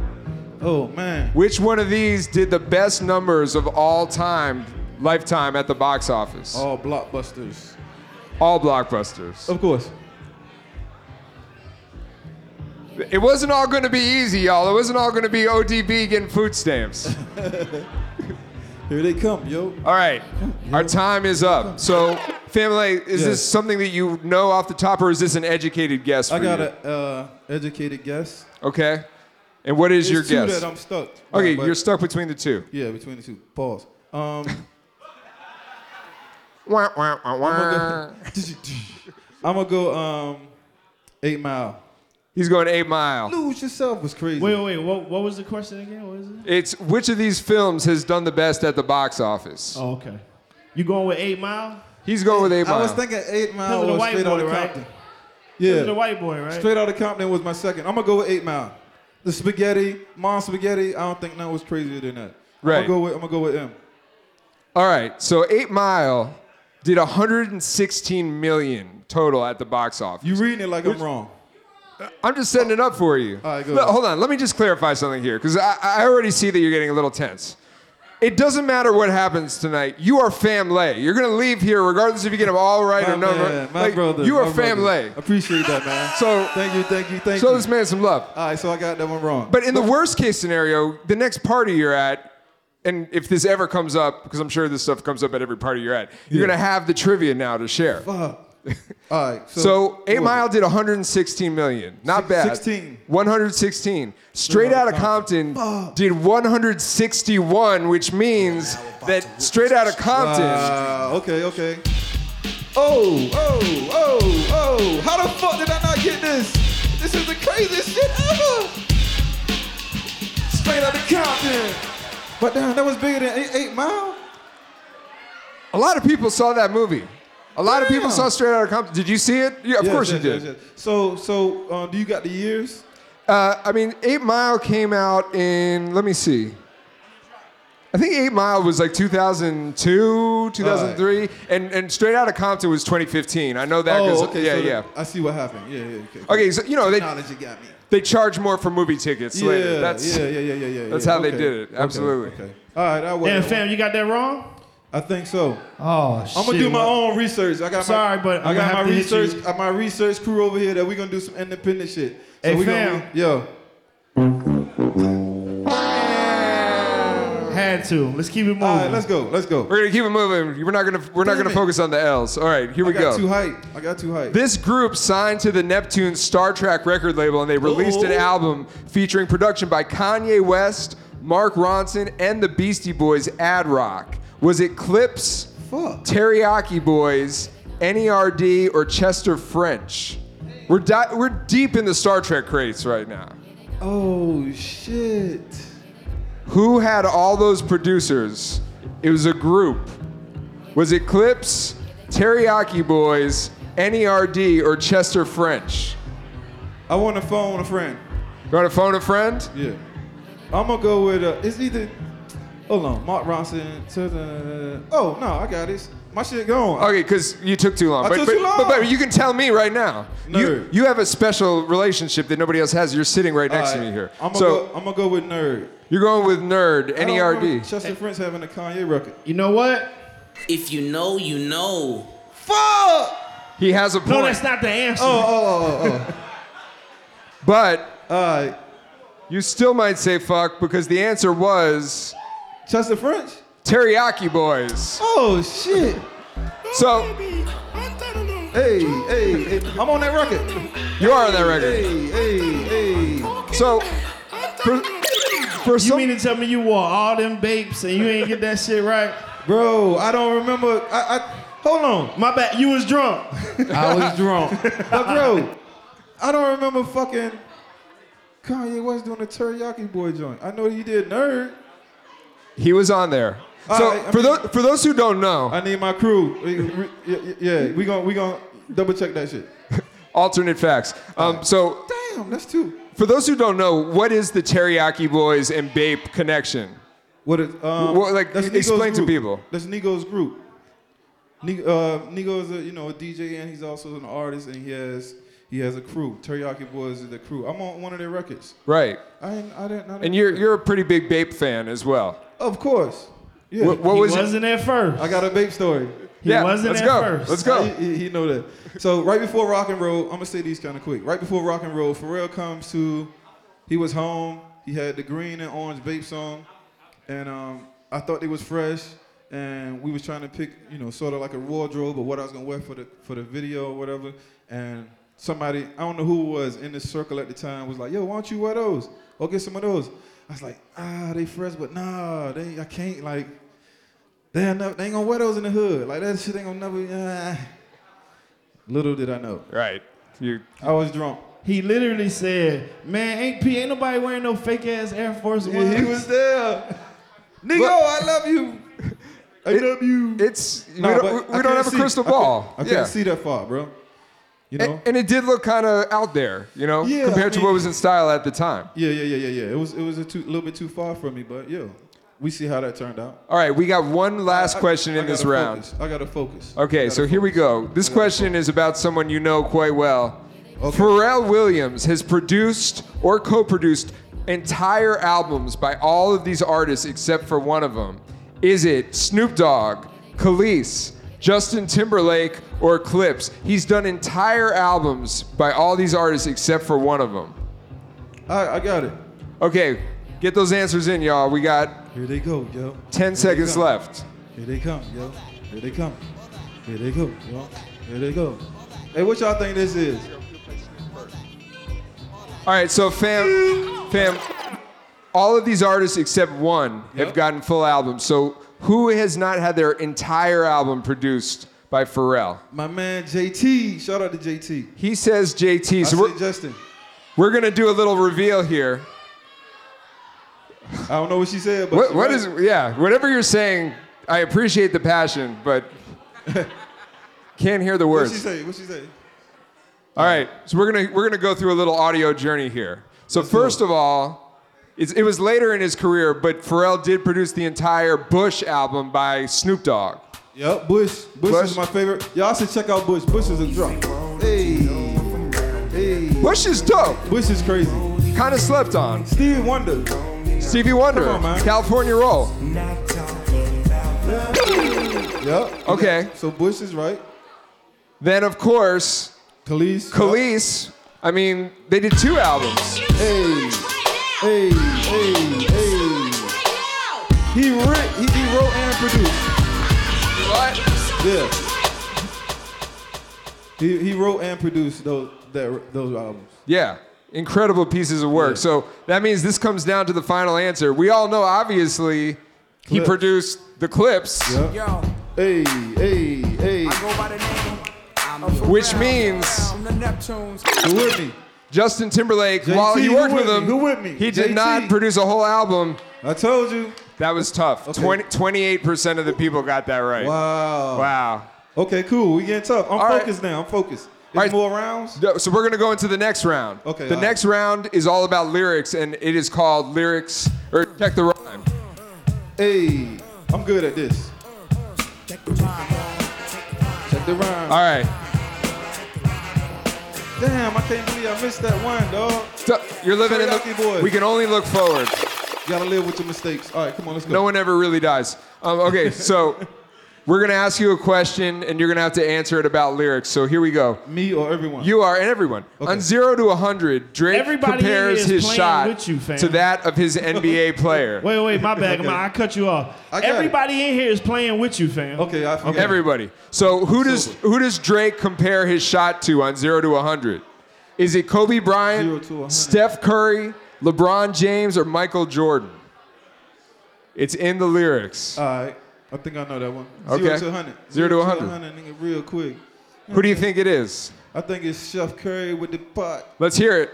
Oh man.
Which one of these did the best numbers of all time, lifetime at the box office?
All blockbusters.
All blockbusters.
Of course.
It wasn't all going to be easy, y'all. It wasn't all going to be ODB getting food stamps.
Here they come, yo.
All right, our time is up. So, family, is
Yes.
this something that you know off the top, or is this an educated guess? For
I got
you?
an uh, educated guess.
Okay, and what is your
It's two
guess?
that I'm stuck.
okay,
But-
you're stuck between the two.
Yeah, between the two. Pause. Um,
Wah, wah, wah, wah.
I'm gonna go um, Eight Mile.
He's going eight mile.
Lose yourself was crazy.
Wait, wait, what, what was the question again? What is it?
It's which of these films has done the best at the box office?
Oh, okay. You going with Eight Mile?
He's going with eight
I
mile.
was thinking eight
Because
mile
of the
or
white
straight out
boy,
of
right?
Compton.
Because of the
Yeah,
white boy, right?
straight out of Compton was my second. I'm gonna go with eight mile. The spaghetti, mom spaghetti. I don't think nothing was crazier than that.
Right.
I'm gonna go with, I'm gonna go with M.
All right, so Eight Mile did 116 million total at the box office.
You reading it like I'm wrong.
I'm just setting it up for you.
All right, go
No,
ahead.
hold on, let me just clarify something here, because I, I already see that you're getting a little tense. It doesn't matter what happens tonight. You are family. You're gonna leave here regardless if you get them all right or
My
not.
man, my
Like,
brother.
You
my
are
brother.
family.
Appreciate that, man.
So-
thank you, thank you, thank
Show
you.
this man some love.
All right, so I got that one wrong.
But in the worst case scenario, the next party you're at, and if this ever comes up, because I'm sure this stuff comes up at every party you're at, you're
Yeah.
gonna have the trivia now to share.
Fuck. Uh, All right. So,
So
who was
Eight
it?
Mile did 116 million. Not
Six-
bad.
16.
116. Straight
Outta
out of Compton
Fuck.
did 161, which means that Straight Out of Compton.
Wow. Uh, Okay. Okay. Oh. Oh. Oh. Oh. How the fuck did I not get this? This is the craziest shit ever. Straight out of Compton. But damn, that was bigger than eight, eight mile.
A lot of people saw that movie. A lot of people
Damn.
saw Straight Out of Compton. Did you see it? Yeah, of
Yes,
course
yes,
you
yes,
did.
yes. So, so um, do you got the years?
Uh, I mean, Eight Mile came out in, let me see. I think Eight Mile was like 2002, 2003, and, and Straight Out of Compton was 2015. I know that because,
oh, okay.
yeah,
so the-
yeah.
I see what happened. Yeah, yeah. Okay.
Okay, so, you know, they,
Technology got me.
they charge more for movie tickets
Yeah,
later. That's,
yeah, yeah, yeah, yeah, yeah.
that's
yeah.
how they
Okay,
did it.
okay,
Absolutely.
Okay. All right, I will.
Damn, fam, you got that wrong?
I think so.
Oh,
I'm gonna do my own research. I got
Sorry,
my,
but
I
I'm gonna
got my
have to hit you.
research. uh, My research crew over here that we gonna do some independent shit. So
Hey,
we
fam.
Gonna, yo,
Had to. Let's keep it moving.
all right, let's go. Let's go.
We're gonna keep it moving. We're not gonna we're not
Damn
gonna
it.
focus on the L's. All right, here
I
we
got
go.
too hype. I got too hype.
This group signed to the Neptune Star Trek record label and they released an
Oh.
album featuring production by Kanye West, Mark Ronson, and the Beastie Boys Ad Rock. Was it Clips,
Fuck.
Teriyaki Boys, NERD, or Chester French? We're, di- we're deep in the Star Trek crates right now.
Oh shit.
Who had all those producers? It was a group. Was it Clips, Teriyaki Boys, NERD, or Chester French?
I want to phone a friend.
You want to phone a friend?
Yeah. I'm gonna go with. Uh, it's either. Hold on, Mark Ronson. ta-da. Oh no, I got this. My shit gone.
Okay, because you took too long.
I
but,
took
but,
too long.
But, but you can tell me right now. You,
Nerd.
you have a special relationship that nobody else has. You're sitting right next to me here.
I'm gonna
so E
go, I'm gonna go with nerd.
you're going with Nerd,
I don't remember
NERD.
Chester French having a Kanye record.
You know what?
If you know, you know.
Fuck!
He has a point.
No, that's not the answer.
Oh,
But
All right,
you still might say fuck because the answer was
Chester French.
Teriyaki Boys.
Oh shit!
So
Hey, hey, hey, I'm on that record.
you are on that record.
Hey, hey, hey.
So for, for
you
some
mean to tell me you wore all them babes and you ain't get that shit right?
Bro, I don't remember. I, I hold on,
My bad. You was drunk.
I was drunk. but bro, I don't remember fucking Kanye West doing a teriyaki boy joint. I know he did nerd.
he was on there.
All
So
right, Uh, I
for
mean-
those for those who don't know,
I need my crew. We- we- yeah, yeah, we gon' we gon' double check that shit.
alternate facts.
Uh.
Um, so
Damn, that's two.
For those who don't know, what is the Teriyaki Boys and Bape connection?
What is um,
Well, like,
that's
explain to
group.
people.
That's Nigo's group. Nigo, uh, Nigo is a you know a DJ and he's also an artist and he has he has a crew. Teriyaki Boys is the crew. I'm on one of their records.
Right.
I didn't I didn't. I didn't
And you're you're a pretty big Bape fan as well.
of course. Yeah.
What, what
He
was
was
it?
not there first.
Oh, I got a vape story.
He
yeah,
wasn't
let's
there
go.
first.
Let's go.
He, he- he know that. So right before rock and roll, I'm gonna say these kind of quick. Right before rock and roll, Pharrell comes to. He was home. He had the green and orange vape song, and um, I thought they was fresh. And we was trying to pick, you know, sort of like a wardrobe or what I was gonna wear for the for the video or whatever. And somebody, I don't know who it was in the circle at the time, was like, "Yo, why don't you wear those? Or get some of those." I was like, "Ah, they fresh, but nah, they I can't like." They ain't, never, they ain't gonna wear those in the hood. Like that shit ain't gonna never. Uh. Little did I know,
Right. You
I was drunk.
He literally said, "Man, ain't P, ain't nobody wearing no fake ass Air Force Ones."
Yeah, he was there. Nigga,
Look-
I love you. I
It-
love you.
It's we
Nah, but
don't, we-
I
we don't
can't
have a
see-
crystal
I can't-
ball.
I can't,
yeah.
see that far, bro. You know?
and, and it did look kind of out there, you know,
Yeah, I
compared to what
mean-
was in style at the time.
yeah, yeah, yeah, yeah, yeah. It was it was a too, little bit too far from me, but yo, we see how that turned out.
All right, we got one last
I-
question
I
in this
gotta
round.
focus. I gotta focus. I
Okay,
gotta
so here we
focus.
go. This question is about someone you know quite well.
Okay.
Pharrell Williams has produced or co produced entire albums by all of these artists except for one of them. Is it Snoop Dogg, Khalees, Justin Timberlake, or Clips? He's done entire albums by all these artists except for one of them.
I, I got it.
Okay, get those answers in, y'all. We got
Here they go, yo.
10 seconds
come.
left.
Here they come, yo. Here they come. Here they go, yo. Here they go. Hey, what y'all think this is?
All right, so fam, fam, all of these artists except one have gotten full albums. So who has not had their entire album produced by Pharrell?
My man JT. Shout out to JT.
He says JT.
I
So
said
we're,
Justin.
we're gonna do a little reveal here.
I don't know what she said, but
What,
she
what
right.
is? Yeah, whatever you're saying, I appreciate the passion, but can't hear the
What she
words.
say? What she say?
All right, so we're gonna we're gonna go through a little audio journey here. So first of all, it's, it was later in his career, but Pharrell did produce the entire Bush album by Snoop Dogg.
Yep, Bush. Bush.
Bush.
is my favorite. Y'all should check out Bush. Bush is a drop. Hey, hey.
Bush is dope,
Bush is crazy.
kind of slept on.
Stevie Wonder.
Stevie Wonder,
Come on, man.
California Roll.
Yep.
Okay.
So Bush is right.
Then of course,
Khalees.
Khalees. I mean, they did two albums.
Hey, hey, hey, hey. He, re- he, he wrote and produced. Yeah. He, he wrote and produced those that those albums.
Yeah, incredible pieces of work. So that means this comes down to the final answer. We all know, obviously, he
Clips.
produced the clips,
Yo,
Hey, hey, hey.
I go by the name of
which
Pharrell.
means
From the Neptunes.
Who with me?
Justin Timberlake,
JT,
while he
who
worked with
with me?
him,
Who with me?
he did
JT.
not produce a whole album.
I told you.
That was tough.
Okay.
20, 28% of the people got that right.
Wow.
Wow.
Okay, cool. We getting tough. I'm
All right.
focused now. I'm focused. It's
All right.
more rounds.
No, So we're gonna go into the next round.
Okay,
The
all
next round is all about lyrics, and it is called lyrics or check the rhyme.
Hey, I'm good at this. Check the rhyme.
All right.
Damn, I can't believe I missed that one, dog.
So you're living in
Karaoke
the.
boys.
We can only look forward.
You gotta live with your mistakes. All right, come on, let's go.
No one ever really dies. Um, okay, so we're gonna ask you a question, and you're gonna have to answer it about lyrics. So here we go.
Me or everyone?
You are, and everyone. On zero to 100, Drake
Everybody
compares
in here is
his
playing
shot
with you, fam.
to that of his NBA player.
Wait, wait, my bad. my- I cut you off.
I got it.
Everybody in here is playing with you, fam.
Okay, I forgot.
Everybody. So who does who does Drake compare his shot to on zero to 100? Is it Kobe
Zero to
Bryant,
100.
Steph Curry, LeBron James, or Michael Jordan? It's in the lyrics.
All right, I think I know that one.
Okay.
Zero to 100.
Zero to 100.
100, nigga, real quick.
who do you think it is?
I think it's Chef Curry with the pot.
Let's hear it.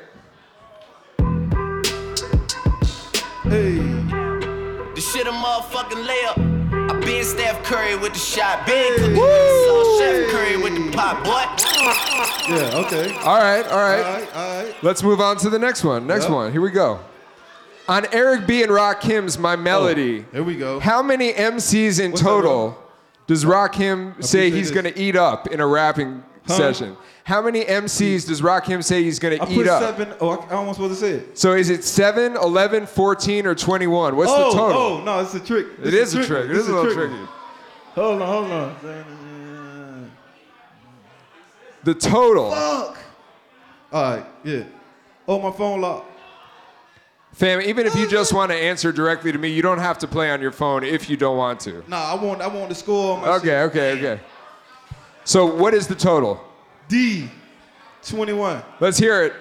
Hey,
The shit a motherfucking layup. I been Steph Curry with the shot. Big
Woo!
saw Chef Curry with the pop. Boy,
yeah, okay.
All right, all
All
right.
right, all right.
Let's move on to the next one. Next
Yep.
one. Here we go. On Eric B and Rakim's My Melody.
Here Oh, we go.
How many MCs in
What's that,
total does Rakim say
appreciate
he's
this.
going to eat up in a rapping
Huh?
session? How many MCs does Rakim say he's going
I
to
put
eat up?
seven. Oh, I, I almost supposed to say it.
So is it 7, 11, 14, or 21? What's
oh,
the total?
oh, no, it's a trick.
it
It's
is a trick. It
It's
is a little
trick.
tricky.
Hold on, hold on.
The total,
Fuck. All right, yeah. Oh, my phone locked.
fam, even if you
Oh,
just want to answer directly to me, you don't have to play on your phone if you don't want to.
Nah, I want, I want the score on my
Okay, okay, okay. So what is the total?
shit. D, 21.
Let's hear it.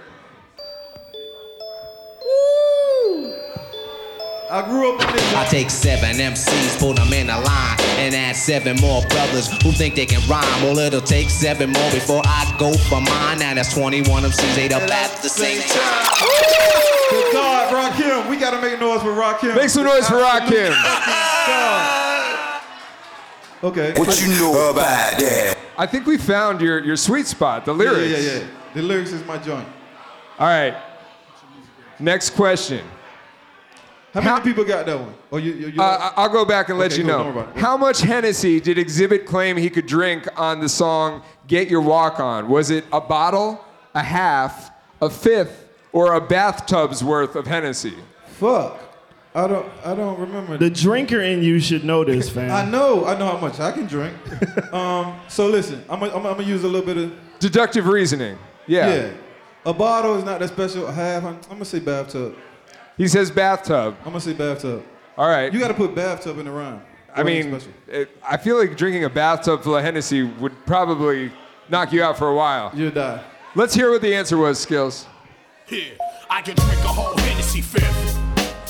I grew up in this.
I take seven MCs, put them in a line, and add seven more brothers who think they can rhyme. Well, it'll take seven more before I go for mine. Now that's 21 MCs ate up at the same time.
Good God, Rakim. We gotta make noise for Rakim.
Make some noise for Rakim.
Okay.
What you know about that?
I think we found your, your sweet spot, the
Yeah,
lyrics.
yeah, yeah, yeah. The lyrics is my joint.
All right. Next question.
How many people got that one? Oh, you, you, you
Uh, I- I'll go back and let
Okay,
you
cool,
know.
don't worry about it.
How much Hennessy did Exhibit claim he could drink on the song Get Your Walk On? Was it a bottle, a half, a fifth, or a bathtub's worth of Hennessy?
Fuck. I don't. I don't remember.
The drinker in you should know this, fam.
I know. I know how much I can drink. um. So listen, I'm gonna I'm, gonna use a little bit of.
Deductive reasoning. Yeah.
A bottle is not that special. A half. I'm, I'm gonna say bathtub.
He says bathtub.
I'm gonna say bathtub.
All right.
You gotta put bathtub in the rhyme.
I mean, it, I feel like drinking a bathtub full of Hennessy would probably knock you out for a while.
You'll die.
Let's hear what the answer was, Skills.
Here, I can drink a whole Hennessy fifth.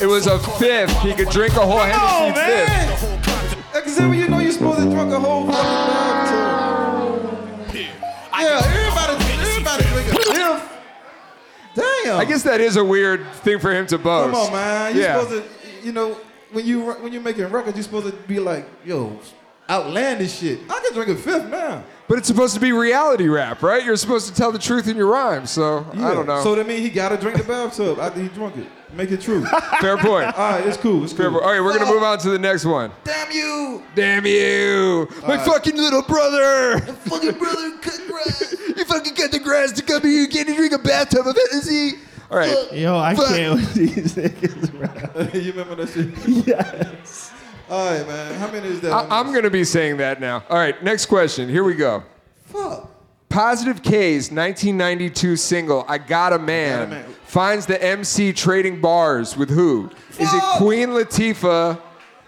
It was a fifth. He could drink a whole Hennessy fifth.
Exhibit, you know you're supposed to drink a whole fucking bathtub. Yeah, everybody, everybody drink a fifth. Damn.
I guess that is a weird thing for him to boast.
Come on, man. You're
yeah.
supposed to, you know, when you when you're making records, you're supposed to be like, yo, outlandish shit. I can drink a fifth now.
But it's supposed to be reality rap, right? You're supposed to tell the truth in your rhymes. So I
Yeah.
don't know.
So that means he gotta drink the bathtub after he drunk it. Make it true.
Fair point.
All right, it's cool. It's
Fair
cool. Oh,
point. All right, we're gonna move on to the next one.
Damn you,
Damn you, my
right.
fucking little brother.
fucking brother, cut grass.
You fucking cut the grass to come here. You can't drink a bathtub of Hennessy. All right.
Yo, I
Fuck.
can't with these niggas, bro.
you remember that shit? yes. All right, man. How many is that?
I- I'm gonna be saying that now. All right, next question. Here we go.
Fuck.
Positive K's 1992 single "I Got a Man" finds the MC trading bars with who? Is it Queen Latifah,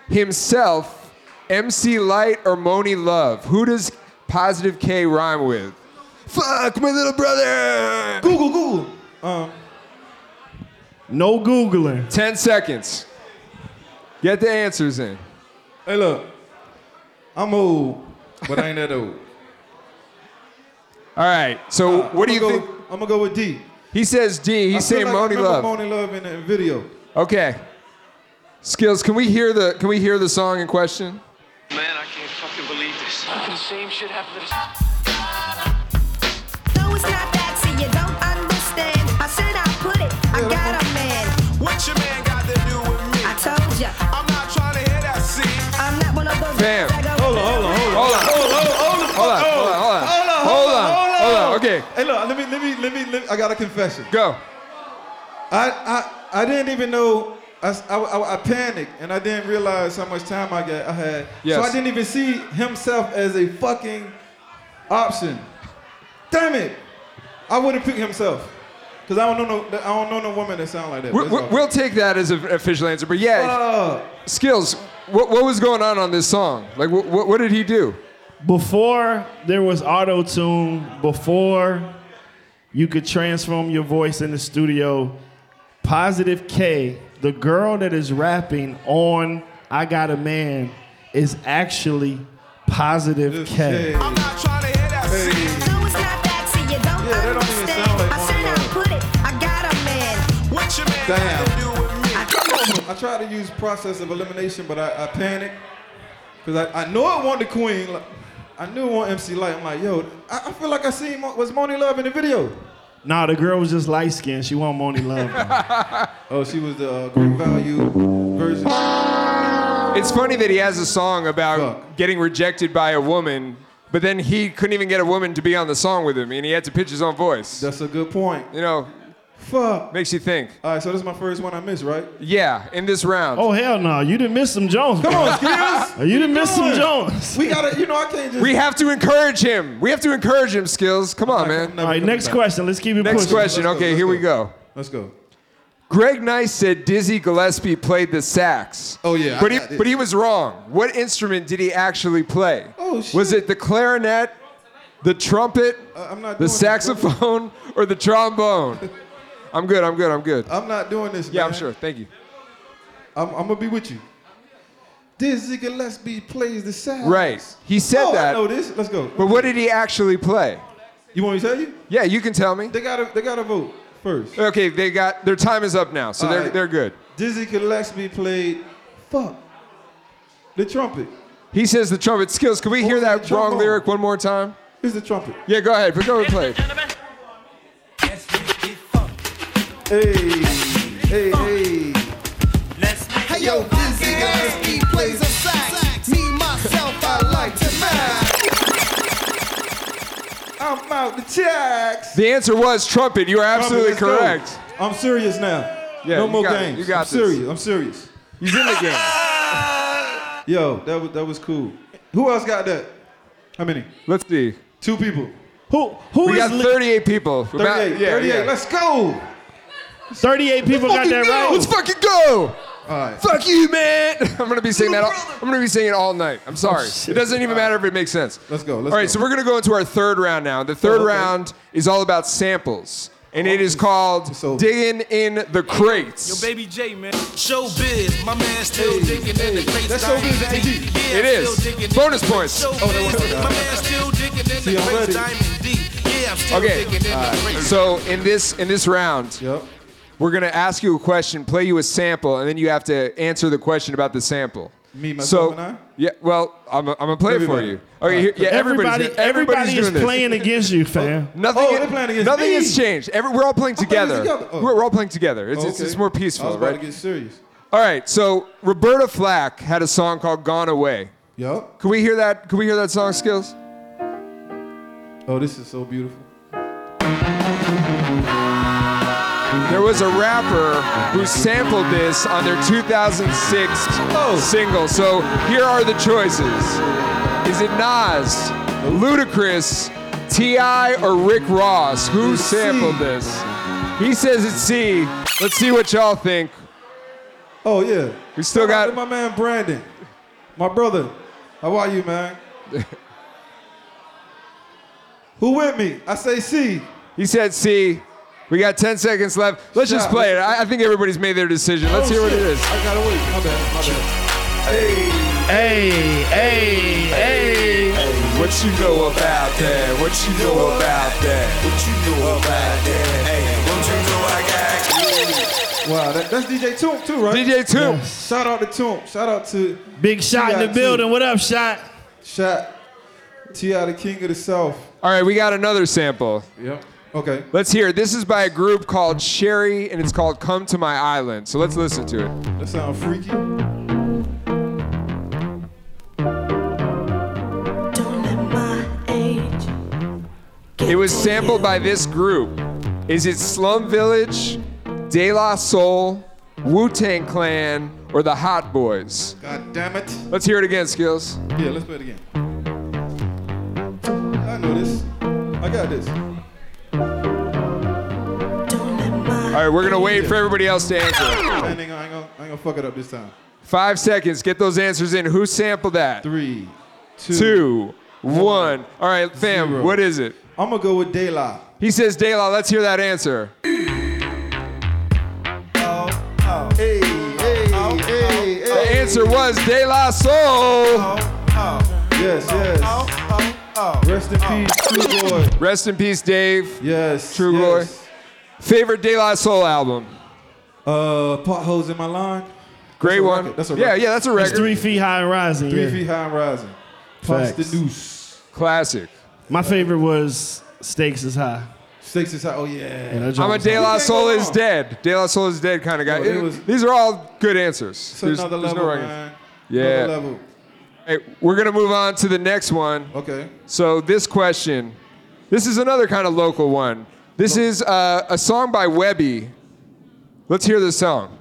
himself, MC Light, or Moni Love? Who does Positive K rhyme with? Fuck my little brother.
Google, Google. Um,
no googling.
Ten seconds. Get the answers in.
Hey, look. I'm old, but I ain't that old.
All right. So what do you
I'ma go-
think?
Uh, I'm gonna go with D.
He says D. He's saying Moni Love.
Moni Love in the video.
Okay. Skills, can we hear the can we hear the song in question?
Man, I can't fucking believe this. Fucking same shit happened to this.
No, it's not that, see, you don't understand. I said I put it, I got a man. What your man got to do with me? I told ya. I'm not trying to hear that, see. I'm not one of those.
Bam.
Hold on, hold on, hold on.
Hold on, hold on, hold on, hold on, hold on. Okay.
Hey, look, let me, let me, let me, let me- I got a confession.
Go.
I, I, I didn't even know. I, s- I- I- I panicked and I didn't realize how much time I got. I had. So
Yes.
I didn't even see himself as a fucking option. Damn it! I would have picked himself. Cause I don't know no, I don't know no woman that sound like that.
We,
That's all.
will take that as an official answer, but yeah. Skills, what, what was going on on this song? Like, what, what, what did he do?
Before there was auto tune, before you could transform your voice in the studio, Positive K, the girl that is rapping on I Got a Man, is actually Positive K.
I'm not trying to hear that, see. No, it's not that, see, you don't understand. I said I put it, I got a man. What your man
Damn. I tried to use process of elimination, but I, I panicked because I, I know I want the queen. Like, I knew I want MC Light. I'm like, yo, I, I feel like I seen Mo- was Moni Love in the video.
Nah, the girl was just light skinned. She wasn't Moni Love.
oh, she was the uh, Green Value version.
It's funny that he has a song about getting rejected by a woman, but then he couldn't even get a woman to be on the song with him, and he had to pitch his own voice.
That's a good point.
You know,
Fuck.
makes you think.
All right, so this is my first one I missed, right?
Yeah, in this round.
oh, hell no. You didn't miss some Jones.
Come
bro.
on, Skills.
You didn't miss some
Come on.
Jones.
We gotta, you know, I can't just.
We have to encourage him. We have to encourage him, Skills. Come on, man.
All right, next question. Let's keep it
Next
pushing.
question. okay, here we go.
Let's go.
Greg Nice said Dizzy Gillespie played the sax. Oh
yeah, I
but he
got it.
but he was wrong. What instrument did he actually play?
Oh shit. Uh,
Was it the clarinet, the trumpet,
I'm not
the
doing this, bro.
saxophone, or the trombone? I'm good.
Uh,
I'm good. I'm good.
I'm not doing this.
yeah, I'm
man.
sure. Thank you.
I'm, I'm gonna be with you. Dizzy Gillespie plays the sax.
Right. He said
uh, oh,
that.
I know this. Let's go.
But what did he actually play?
You want me to tell you?
Yeah, you can tell me.
They got to they got to vote first.
Okay, they got their time is up now, so
All
they're
right.
they're good.
Dizzy Gillespie played fuck the trumpet.
He says the trumpet skills. Can we hear that wrong lyric one more time?
Here's the trumpet.
Yeah, go ahead. But go and play.
Hey, hey, hey.
Hey yo, Dizzy Gillespie plays a sax. Me myself, I like to max.
I'm out the tax.
The answer was trumpet. You are absolutely
Trumpet,
correct.
let's go. I'm serious now.
Yeah,
no
you
more
got it.
games.
You got
I'm
this.
serious. I'm serious.
He's in the game.
Yo, that was that was cool. Who else got that? How many?
Let's see.
Two people.
Who who
we
is
got
li-
38 people. About-
38.
yeah,
38.
yeah.
Let's go.
38 people got
Fucking
that
go.
right.
Let's fucking go.
All right.
Fuck you, man. I'm gonna be saying that. All, I'm gonna be saying it all night.
Oh,
I'm sorry. it doesn't even matter if it makes sense.
Let's go. Let's
all right,
go.
so we're gonna go into our third round now. The third
Oh, okay. Oh,
round is all about samples, and it is called digging in the crates.
Yo, baby J, man. Showbiz, my man still digging in the crates.
That's
I ain't
showbiz,
digging-
AG.
Yeah,
It
I'm
is.
still digging in
Bonus
the
points.
crates.
Oh, they
Showbiz,
want-
my man still digging in
See,
the
I'm
crates.
ready.
Diamond D. Yeah, I'm still
Okay.
digging in the crates.
So in this in this round, we're gonna ask you a question, play you a sample, and then you have to answer the question about the sample.
Me, myself,
so,
and I?
Yeah. Well, I'm I'm gonna play
Everybody.
it for you. Okay. Here, yeah.
everybody,
Everybody's, everybody's
everybody is
doing this.
playing against you, fam.
Nothing.
Oh, they're playing against
nothing
me.
has changed. Every, we're all playing together.
together. Oh.
We're, we're all playing together. It's,
Oh,
it's,
okay.
it's more
I was
peaceful,
about
right?
to get serious.
all right. So Roberta Flack had a song called "Gone Away."
Yup.
Can we hear that? Can we hear that song, Skills?
Oh, this is so beautiful.
There was a rapper who sampled this on their 2006 single. So here are the choices. Is it Nas, Ludacris, T.I., or Rick Ross? Who sampled this? He says it's C. Let's see what y'all think.
Oh yeah.
We still
Shout out
got-
to my man Brandon, my brother. How are you, man? Who with me? I say C.
He said C. We got 10 seconds left. Let's just
Shot.
play it. I, I think everybody's made their decision. Let's
Oh,
hear what it
shit.
is.
I gotta wait. My bad. My bad.
Hey, hey, hey. What you know about that? What you know about that? What you know about that?
Wow, that, that's DJ Toomp too, right?
DJ Toomp.
Shout out to Toomp. Shout out to
Big shot in the
TI2.
building. What up, shot?
Shot. Ti the King of the South.
All right, we got another sample.
Yep. Okay.
Let's hear it. This is by a group called Sherry, and it's called Come to My Island. So let's listen to it.
That sound freaky.
It was sampled by this group. Is it Slum Village, De La Soul, Wu Tang Clan, or the Hot Boys?
God damn it.
Let's hear it again, Skills.
Yeah, let's play it again. I know this. I got this.
All right, we're going to wait for everybody else to answer.
I ain't gonna, I ain't gonna, I ain't gonna fuck it up this time.
Five seconds. Get those answers in. Who sampled that?
Three, two,
two, one. All right, fam.
zero.
What is it?
I'm gonna go with De La.
He says De La. Let's hear that answer.
Hey, hey, hey, hey.
The Oh, answer was De La Soul.
Yes, yes. oh, Rest in peace, True Boy.
Rest in peace, Dave.
Yes.
True
yes.
boy. Favorite De La Soul album.
Uh, potholes in my lawn.
Great
That's a
one.
record. That's a
yeah,
record.
yeah, that's a
It's
record.
three feet high and rising.
Three
yeah.
feet high and rising. Punch
Facts.
the deuce.
Classic.
My favorite was Stakes is High.
Stakes is high. Oh yeah.
Yeah, that joint
I'm a
was
De
hot.
La
You can't
Soul
go
is
wrong.
dead. De La Soul is dead kind of guy.
No, it
It-
was-
these are all good answers.
It's another level,
right answer.
man.
Yeah.
Another level.
Hey, we're gonna move on to the next one.
Okay.
So this question, this is another kind of local one. This is uh, a song by Webby. Let's hear this song.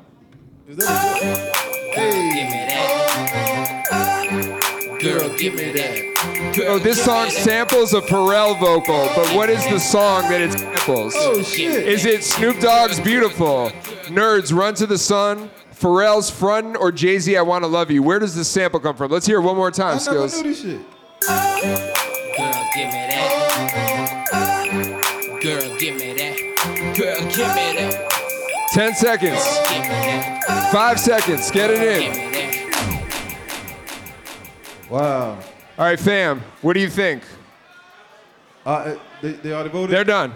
Girl, give me that.
Oh, this song samples a Pharrell vocal, but what is the song that it samples?
Oh, shit.
Is it Snoop Dogg's "Beautiful," Nerds "Run to the Sun," Pharrell's "Frontin'," or Jay Z "I Want to Love You"? Where does the sample come from? Let's hear it one more
I
time,
never
Skills.
knew this shit.
Girl, give me that. Girl, give me that. Girl, give me that.
Ten seconds.
Give me that.
Five seconds. Get it
Give
in.
me that.
Wow.
All right, fam. What do you think?
Uh, they, they already voted?
They're done.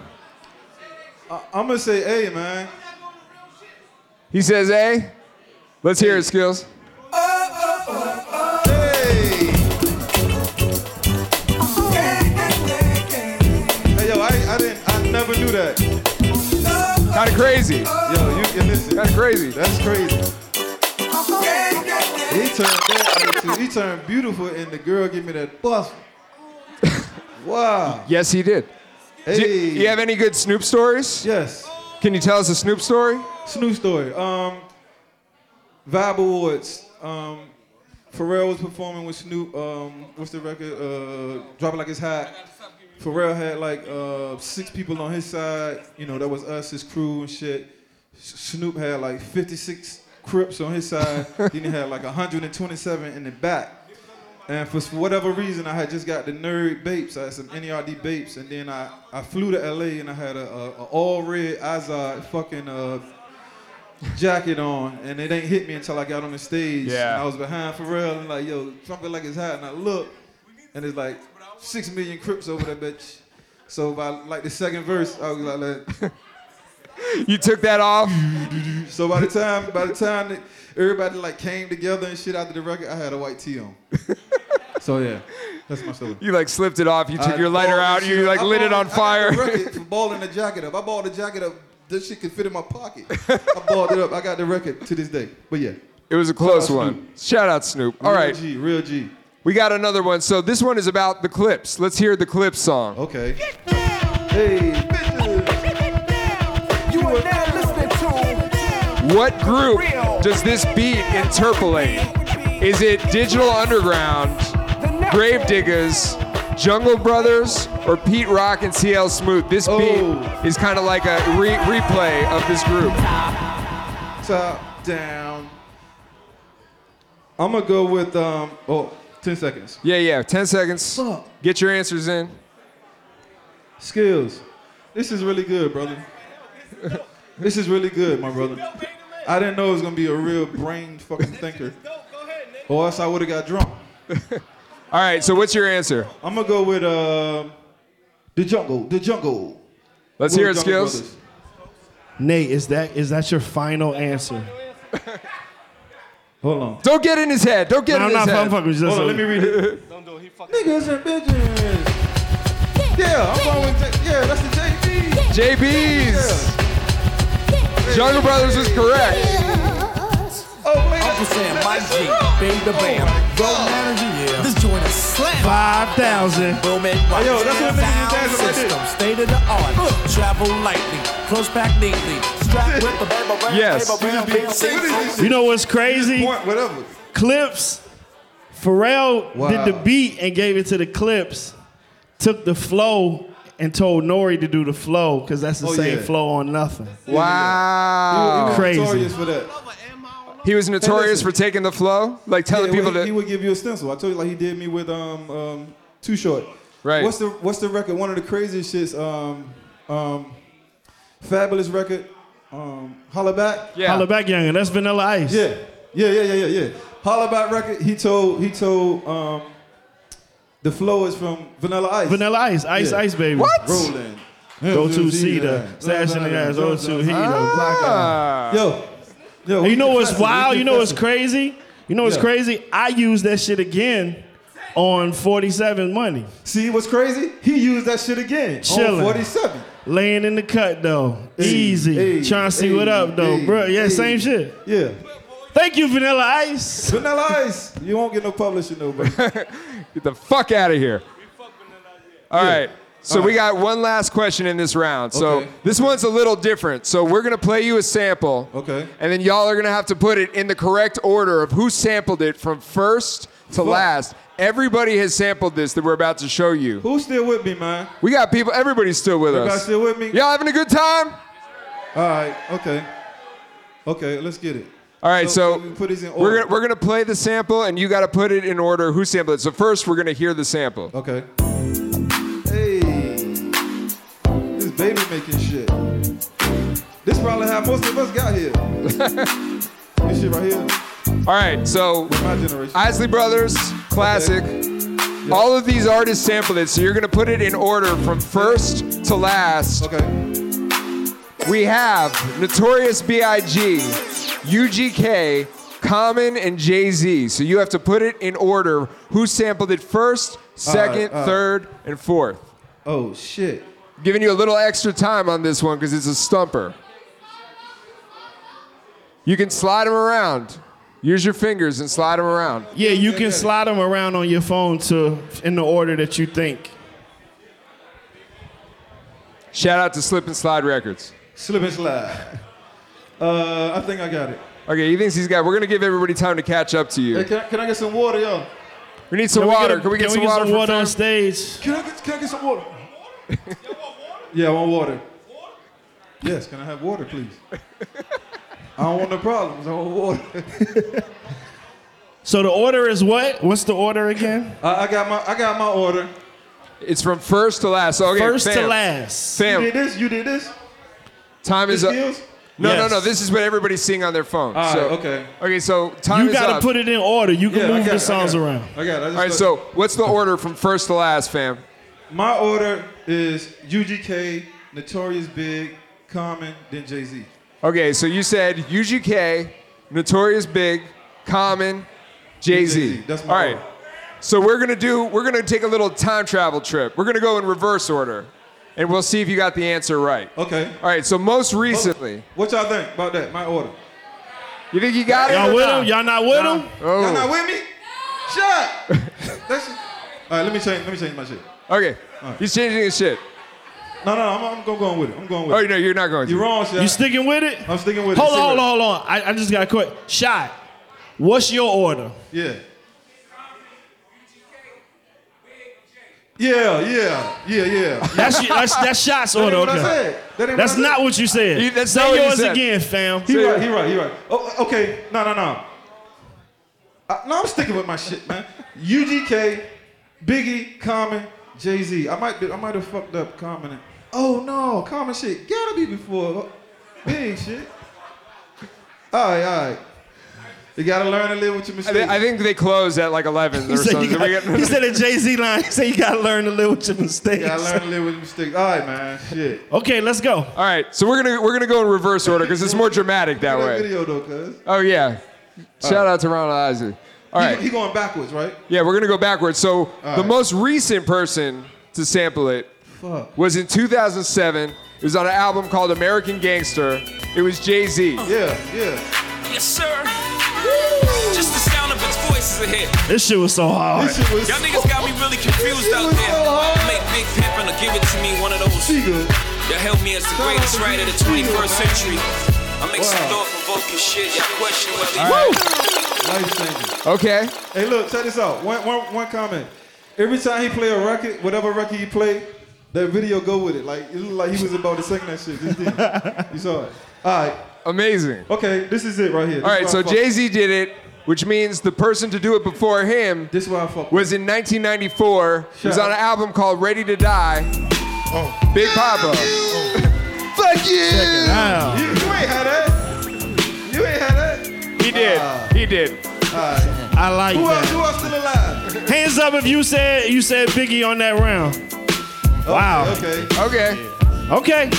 I, I'm gonna say A, man.
He says A. Let's hear it, Skills.
Hey, yo, I, I didn't, I never knew that.
Kind of crazy.
Yo, you can listen.
Kind of crazy.
That's crazy. He turned that into, he turned beautiful, and the girl gave me that bust. wow.
Yes, he did. Do you,
Hey.
you have any good Snoop stories?
Yes.
Can you tell us a Snoop story?
Snoop story. Um, Vibe Awards. Um, Pharrell was performing with Snoop. Um, what's the record? Uh, Drop it like it's hot. Pharrell had like uh, six people on his side. You know, that was us, his crew and shit. S- Snoop had like 56 Crips on his side. then he had like 127 in the back. And for s- whatever reason, I had just got the nerd Bapes. I had some NERD Bapes, and then I, I flew to LA and I had a, a, a all red Azad fucking uh, jacket on, and it ain't hit me until I got on the stage.
Yeah.
And I was behind Pharrell and like, yo, trumpet like it's hot, and I look, and it's like six million Crips over that bitch. So by like the second verse, I was like, like
you took that off.
So by the time by the time that everybody like came together and shit after the record, I had a white tee on. So yeah, that's my story.
You like slipped it off. You took
I
your lighter
balled
out.
this
You
shit
like
up. Uh, oh, I
lit it
balled-
on fire.
I got the record for balling the jacket up. I balled the jacket up. This shit could fit in my pocket. I balled it up. I got the record to this day. But yeah.
It was a close
Shout out
one. Shout out Snoop. All
Real
right.
G, real G.
We got another one. So this one is about the clips. Let's hear the clip song.
Okay.
You are now listening to
What group does this beat interpolate? Is it Digital Underground, Grave Diggers, Jungle Brothers, or Pete Rock and CL Smooth? This
Oh.
beat is kind of like a re- replay of this group.
Top down. I'm gonna go with um. Oh, 10 seconds.
Yeah, yeah. 10 seconds. Get your answers in.
Skills. This is really good, brother. this is really good, my brother. I didn't know it was gonna be a real brain fucking thinker. Or else I would have got drunk.
All right, so what's your answer?
I'm gonna go with uh, the jungle. The jungle.
Let's
Little
hear it,
Jungle
Skills.
Brothers.
Nate, is that is that your final answer?
Hold on.
Don't get in his head. Don't get
No,
in
I'm
his
not-
head.
I'm fucking with you. Hold on, let me read
it.
Niggas and bitches. Yeah, I'm going with J- yeah. That's the JB.
JB's. Jungle Brothers is correct.
Uncle Sam, Mike G, Big the Bam, Road Manager, yeah. This joint is slam.
5,000.
Boom and
Hey, yo, that's what niggas is dancing like
system, state of the art. Travel lightly, close back neatly. Strap with the
Yes. You know what's crazy?
whatever.
Clips. Pharrell
Wow.
did the beat and gave it to the clips. Took the flow and told Nori to do the flow because that's the
Oh,
same
yeah.
flow on nothing.
Wow.
Crazy.
Notorious for that.
He was notorious
Hey,
for taking the flow, like telling
Yeah,
people
well, he, he
to.
would give you a stencil. I told you like he did me with um um Too Short.
Right.
What's the What's the record? One of the craziest shits. Um um, fabulous record. Um, holla back.
Yeah. Holla back, younger. That's Vanilla Ice.
Yeah. Yeah, yeah, yeah, yeah, yeah. Holla back record. He told he told um the flow is from Vanilla Ice.
Vanilla Ice, Ice
Yeah.
Ice Baby.
What? Rolling.
Go to see the
Yeah.
stash in the ass. Go to he
Ah. Yo. Yo,
you know what's
confessing, we
wild? You know what's
confessing.
crazy? You know what's
Yeah.
crazy? I used that shit again on 47 Money.
See what's crazy? He used that shit again.
Chilling.
On 47.
Laying in the cut though. Easy.
hey,
Chauncey, what
hey,
up though,
hey,
bro? Yeah,
hey.
same shit.
Yeah.
Thank you, Vanilla Ice.
Vanilla Ice. You won't get no publishing though, bro.
Get the fuck out of here. All right. So
All
we
right.
got one last question in this round. So
Okay.
this one's a little different. So we're gonna play you a sample.
Okay.
And then y'all are gonna have to put it in the correct order of who sampled it from first to last. Everybody has sampled this that we're about to show you.
Who's still with me, man?
We got people. Everybody's still with
Everybody
us.
still with me?
Y'all having a good time?
All right. Okay. Okay. Let's get it.
All right. So,
we put these in
we're
order.
gonna, we're gonna play the sample, and you gotta put it in order who sampled it. So first, we're gonna hear the sample.
Okay. Hey, this baby making shit. This probably how most of us got here. this shit right here.
All right, so Isley Brothers, classic. All of these artists sampled it, so you're gonna put it in order from first to last. Okay. We have Notorious B.I.G., UGK, Common, and Jay Z. So you have to put it in order. Who sampled it first, second,
All right, all right.
third, and fourth?
Oh shit!
Giving you a little extra time on this one because it's a stumper. You can slide them around. Use your fingers and slide them around.
Yeah, you can slide them around on your phone to in the order that you think.
Shout out to Slip and Slide Records.
Slip and Slide. Uh, I think I got it.
Okay, he thinks he's got. We're gonna give everybody time to catch up to
Hey,
you.
can, I, can I get some water, y'all?
We need some
Can we get
water.
a-
can we get
can
some water? for
on
Ferg?
stage?
Can I get, can I get some water? yeah, I want water. Yes, can I have water, please? I don't want no problems. I want water.
So the order is what? What's the order again?
I, I got my I got my order.
It's from first to last. So, okay,
First to
fam.
last.
Fam,
You did this. You did this.
time is
this
up.
is?
No, no,
Yes.
no. This is what everybody's seeing on their phone.
All right,
so,
okay.
Okay, so time
you
is
gotta
up.
put it in order. You can
Yeah, I
move
got it, I
the songs
got it.
around.
I got it. I
All
just
right,
thought-
so what's the order from first to last, fam?
My order is UGK, Notorious Big, Common, then Jay Z.
Okay, so you said UGK, Notorious Big, Common, Jay Z.
Jay-Z, that's my
All right. So we're gonna do. We're gonna take a little time travel trip. We're gonna go in reverse order, and we'll see if you got the answer right.
Okay.
All right. So most recently,
What y'all think about that? My order.
you think you got it?
Y'all
or
with
not?
him? Y'all
not with him?
Oh.
Y'all not with me? Shut. up. That's. All right, let me change. Let me change my shit.
Okay. He's changing his shit.
No, no, I'm, I'm going, going with it. I'm going with
Oh
it.
no, you're not going.
You're
to.
wrong, shit.
You sticking with it?
I'm sticking with
hold
it.
on, hold on, hold on. I, I just got a quick shot. What's your order?
Yeah. Yeah, yeah, yeah, yeah.
That's your- that's- that's Shot's
That ain't
order,
what I
Oh, okay.
said. That
That's
ain't what I said.
not what you said. You- that's Say not what you yours said. again, fam.
He
Say
right,
it.
he right, he right. Oh, okay, no, no, no. I, no, I'm sticking with my shit, man. UGK, Biggie, Common, Jay Z. I might, be, I might have fucked up Common. and- Oh no, Common shit gotta be before Big shit. All right, all right. You gotta learn to live with your
I,
mistakes.
thi- I think they close at like 11
He
or
said
something.
you
So we
got-
got-
he said
The Jay Z line. He said you gotta learn to live with your mistakes.
gotta learn to live with your mistakes. All right, man. Shit.
Okay, let's go.
All right, so we're gonna we're gonna go in reverse order because it's more dramatic that
Look at
way.
video though, cuz.
Oh yeah.
All
Shout
right.
out to Ronald Isaac. All
He-
right.
He, going backwards, right?
yeah, we're gonna go backwards. So the
right.
most recent person to sample it
Fuck.
was in 2007. It was on an album called American Gangster. It was Jay Z.
Yeah, yeah.
Yes, sir. Just the sound of his voice is a hit.
This shit was so hard.
Y'all niggas got me really confused out there. Make Big Pimpin' or give it to me one of those. Y'all held me as the greatest writer of the 21st century. I make some thought-provoking shit. Y'all question whether
Life changing.
Okay.
Hey, look, check this out. One, one, one comment. Every time he play a record, whatever record he play, that video go with it. Like it looked like he was about to sing that shit. Just then. you saw it. All right.
Amazing.
Okay, this is it right here.
All right, so Jay Z did it, which means the person to do it before him
this why I fuck
was in 1994. It was
Shut
on an album called Ready to Die.
Oh.
Big Papa.
Fuck you. You, you ain't had that. You ain't had that.
He did. He did.
I like
who
that.
else? Who else still alive?
Hands up if you said you said Biggie on that round. wow.
Okay.
Okay.
Okay.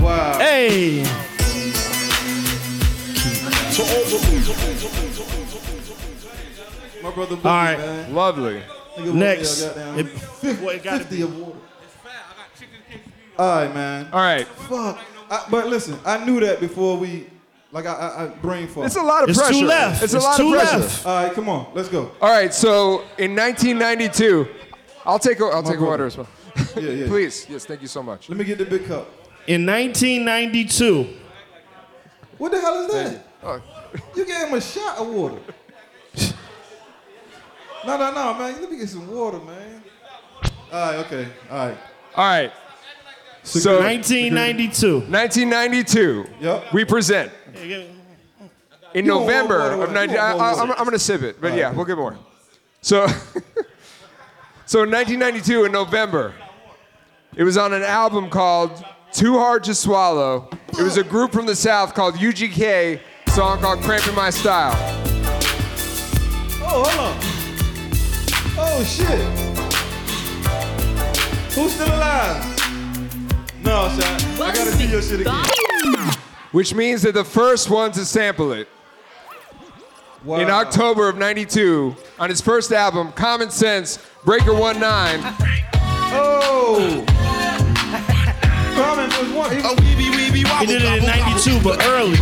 Wow.
Hey.
My brother. Boogie,
All right.
Man.
Lovely.
Nigga,
Next.
Boogie, I got down.
It- what it gotta
50
be.
of water. All right, man.
All right.
Fuck. I, but listen, I knew that before we, like, I, I, I brain fart.
It's a lot of It's pressure. two left. It's a It's lot of two pressure. left.
All right, come on, let's go.
All right, so in 1992, I'll take a, I'll
My
take a
brother.
water as well.
Yeah, yeah.
Please, yes, thank you so much.
Let me get the big cup.
In 1992,
What the hell is that?
Oh.
You gave him a shot of water. no, no, no, man. Let me get some water, man. All right, okay. All right.
All right. So
1992.
1992.
Yep.
We present in
You want more
November
water,
of
you
90. I,
want more
I, I'm,
water.
I'm gonna sip it, but yeah, we'll get more. So, so in 1992 in November, it was on an album called Too Hard to Swallow. It was a group from the South called UGK, song called "Cramping My Style."
Oh, hold on. Oh shit. Who's still alive? No, Shot. I gotta do your shit again.
Which means that the first one to sample it. In October of 92, on his first album, Common Sense, Breaker 1 9.
Oh! Common was one.
Oh,
He did it in 92, but early.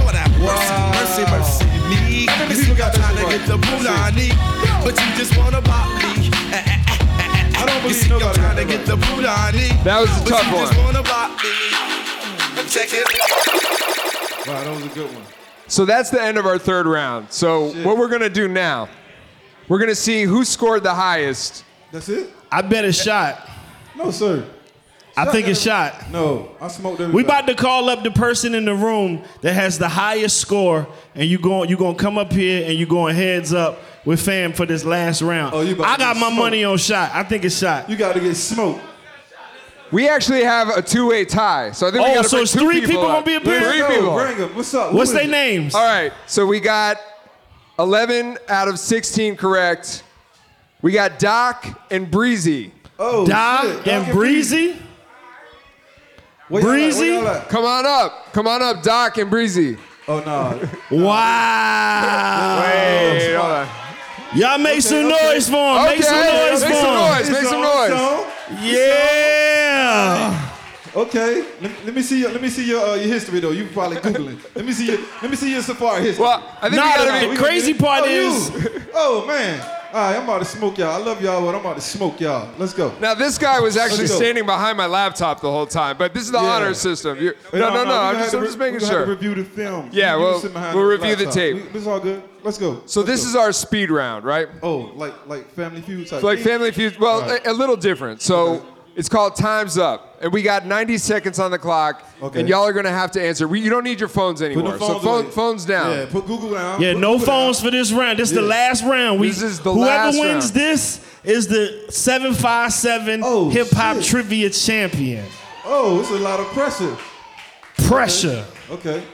Mercy, mercy, me. People got trying to get the booty I need, but you just wanna pop me. I don't believe nobody trying to get the booty I need.
That was a
but
tough
you just
one.
wanna pop me. Check it.
Wow, that was a good one.
So that's the end of our third round. So what we're gonna do now, we're gonna see who scored the highest.
That's it.
I bet it's shot.
No, sir.
I think it's shot.
No, I smoked everybody.
We about to call up the person in the room that has the highest score, and you going you gonna come up here and you going heads up with fam for this last round.
Oh, you about
I
to
got
get
my
smoked.
money on shot. I think it's shot.
You got to get smoked.
We actually have a two-way tie. So I think we
Oh,
gotta
so
bring
it's
two
three
people
people gonna
up.
be up here?
Three
Let's go.
people.
Bring 'em. What's up? Who What's is they it? names?
All right. So we got 11 out of 16 correct. We got Doc and Breezy.
Oh,
Doc shit. Doc and and Breezy? Breezy?
Come on up. Come on up, Doc and Breezy.
Oh no.
Wow.
Wait, hold on.
Y'all make some
okay.
noise for him. Make
Okay,
some noise
make
for
some
him.
noise, make some noise.
Yeah.
Okay. Let, let me see your let me see your uh, your history though. You probably googling. let me see your let me see your safari history.
Well, I think we Nah, gotta the- be- the
we gonna
crazy
get it.
part
oh, you.
is-
Oh man. All right, I'm about to smoke y'all. I love y'all, but I'm about to smoke y'all. Let's go.
Now this guy was actually
Let's go.
standing behind my laptop the whole time, but this is the
Yeah.
honor system. You're-
Hey,
no, no, no.
we gonna
I'm
have
just,
to
I'm
re-
just making
we gonna have to
sure.
review the film.
Yeah,
You- you
well,
sit behind
we'll
the
review the
laptop.
tape.
We- This all good. Let's go.
So this is our speed round, right?
Oh, like like Family Feud type.
So like
thing?
Family Feud, well,
All right.
a, a little different. So it's called Time's Up, and we got 90 seconds on the clock,
Okay.
and y'all are gonna have to answer. We, you don't need your phones
Put
anymore.
the
so
phones
phone,
away.
phones down.
Yeah, put Google down.
Yeah,
Put
no
Google down.
phones for this round. This is the
Yeah.
last round. We,
This is the
whoever
last
wins
round. Oh,
this is the 757 hip hop trivia champion.
Oh, it's a lot of pressure.
Pressure.
Okay.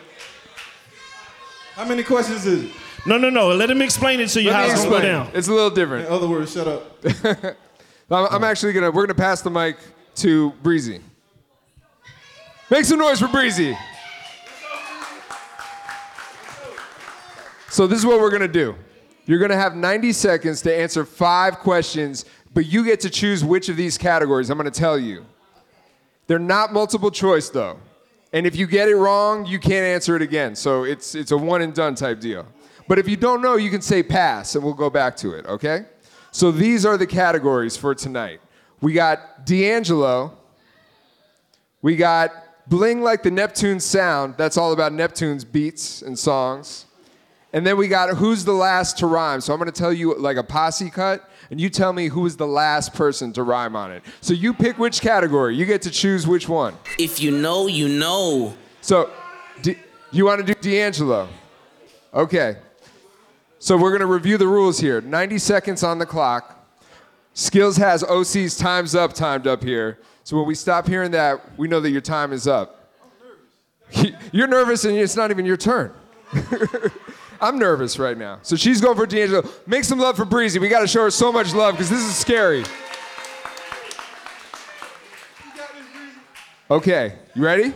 How many questions is it?
No, no, no. Let him explain it to you
Let
how
me
it's gonna go
explain.
down.
It's a little different.
In other words, shut up.
I'm, I'm actually gonna. We're gonna pass the mic to Breezy. Make some noise for Breezy. So this is what we're gonna do. You're gonna have 90 seconds to answer five questions, but you get to choose which of these categories. I'm gonna tell you. They're not multiple choice though, and if you get it wrong, you can't answer it again. So it's it's a one and done type deal. But if you don't know, you can say pass, and we'll go back to it. Okay? So these are the categories for tonight. We got D'Angelo. We got Bling Like the Neptune Sound. That's all about Neptune's beats and songs. And then we got Who's the Last to Rhyme. So I'm going to tell you like a posse cut, and you tell me who was the last person to rhyme on it. So you pick which category. You get to choose which one.
If you know, you know.
So D- you want to do D'Angelo? Okay. So we're going to review the rules here 90 seconds on the clock. Skills has OC's time's up timed up here. So when we stop hearing that, we know that your time is up. You're nervous and it's not even your turn. I'm nervous right now. So she's going for D'Angelo. Make some love for Breezy. We got to show her so much love because this is scary. Okay, you ready?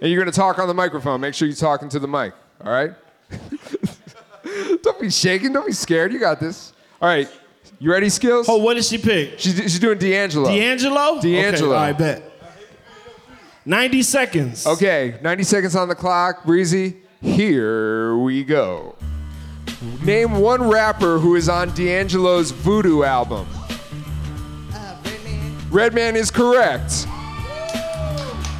And you're gonna talk on the microphone. Make sure you're talking to the mic, all right? don't be shaking, don't be scared. You got this. All right, you ready, Skills? Oh,
what did she pick?
She's, she's doing D'Angelo.
D'Angelo?
Uh, D'Angelo.
Okay, all right, bet. 90 seconds.
Okay, 90 seconds on the clock. Breezy, here we go. Name one rapper who is on D'Angelo's Voodoo album. Redman is correct.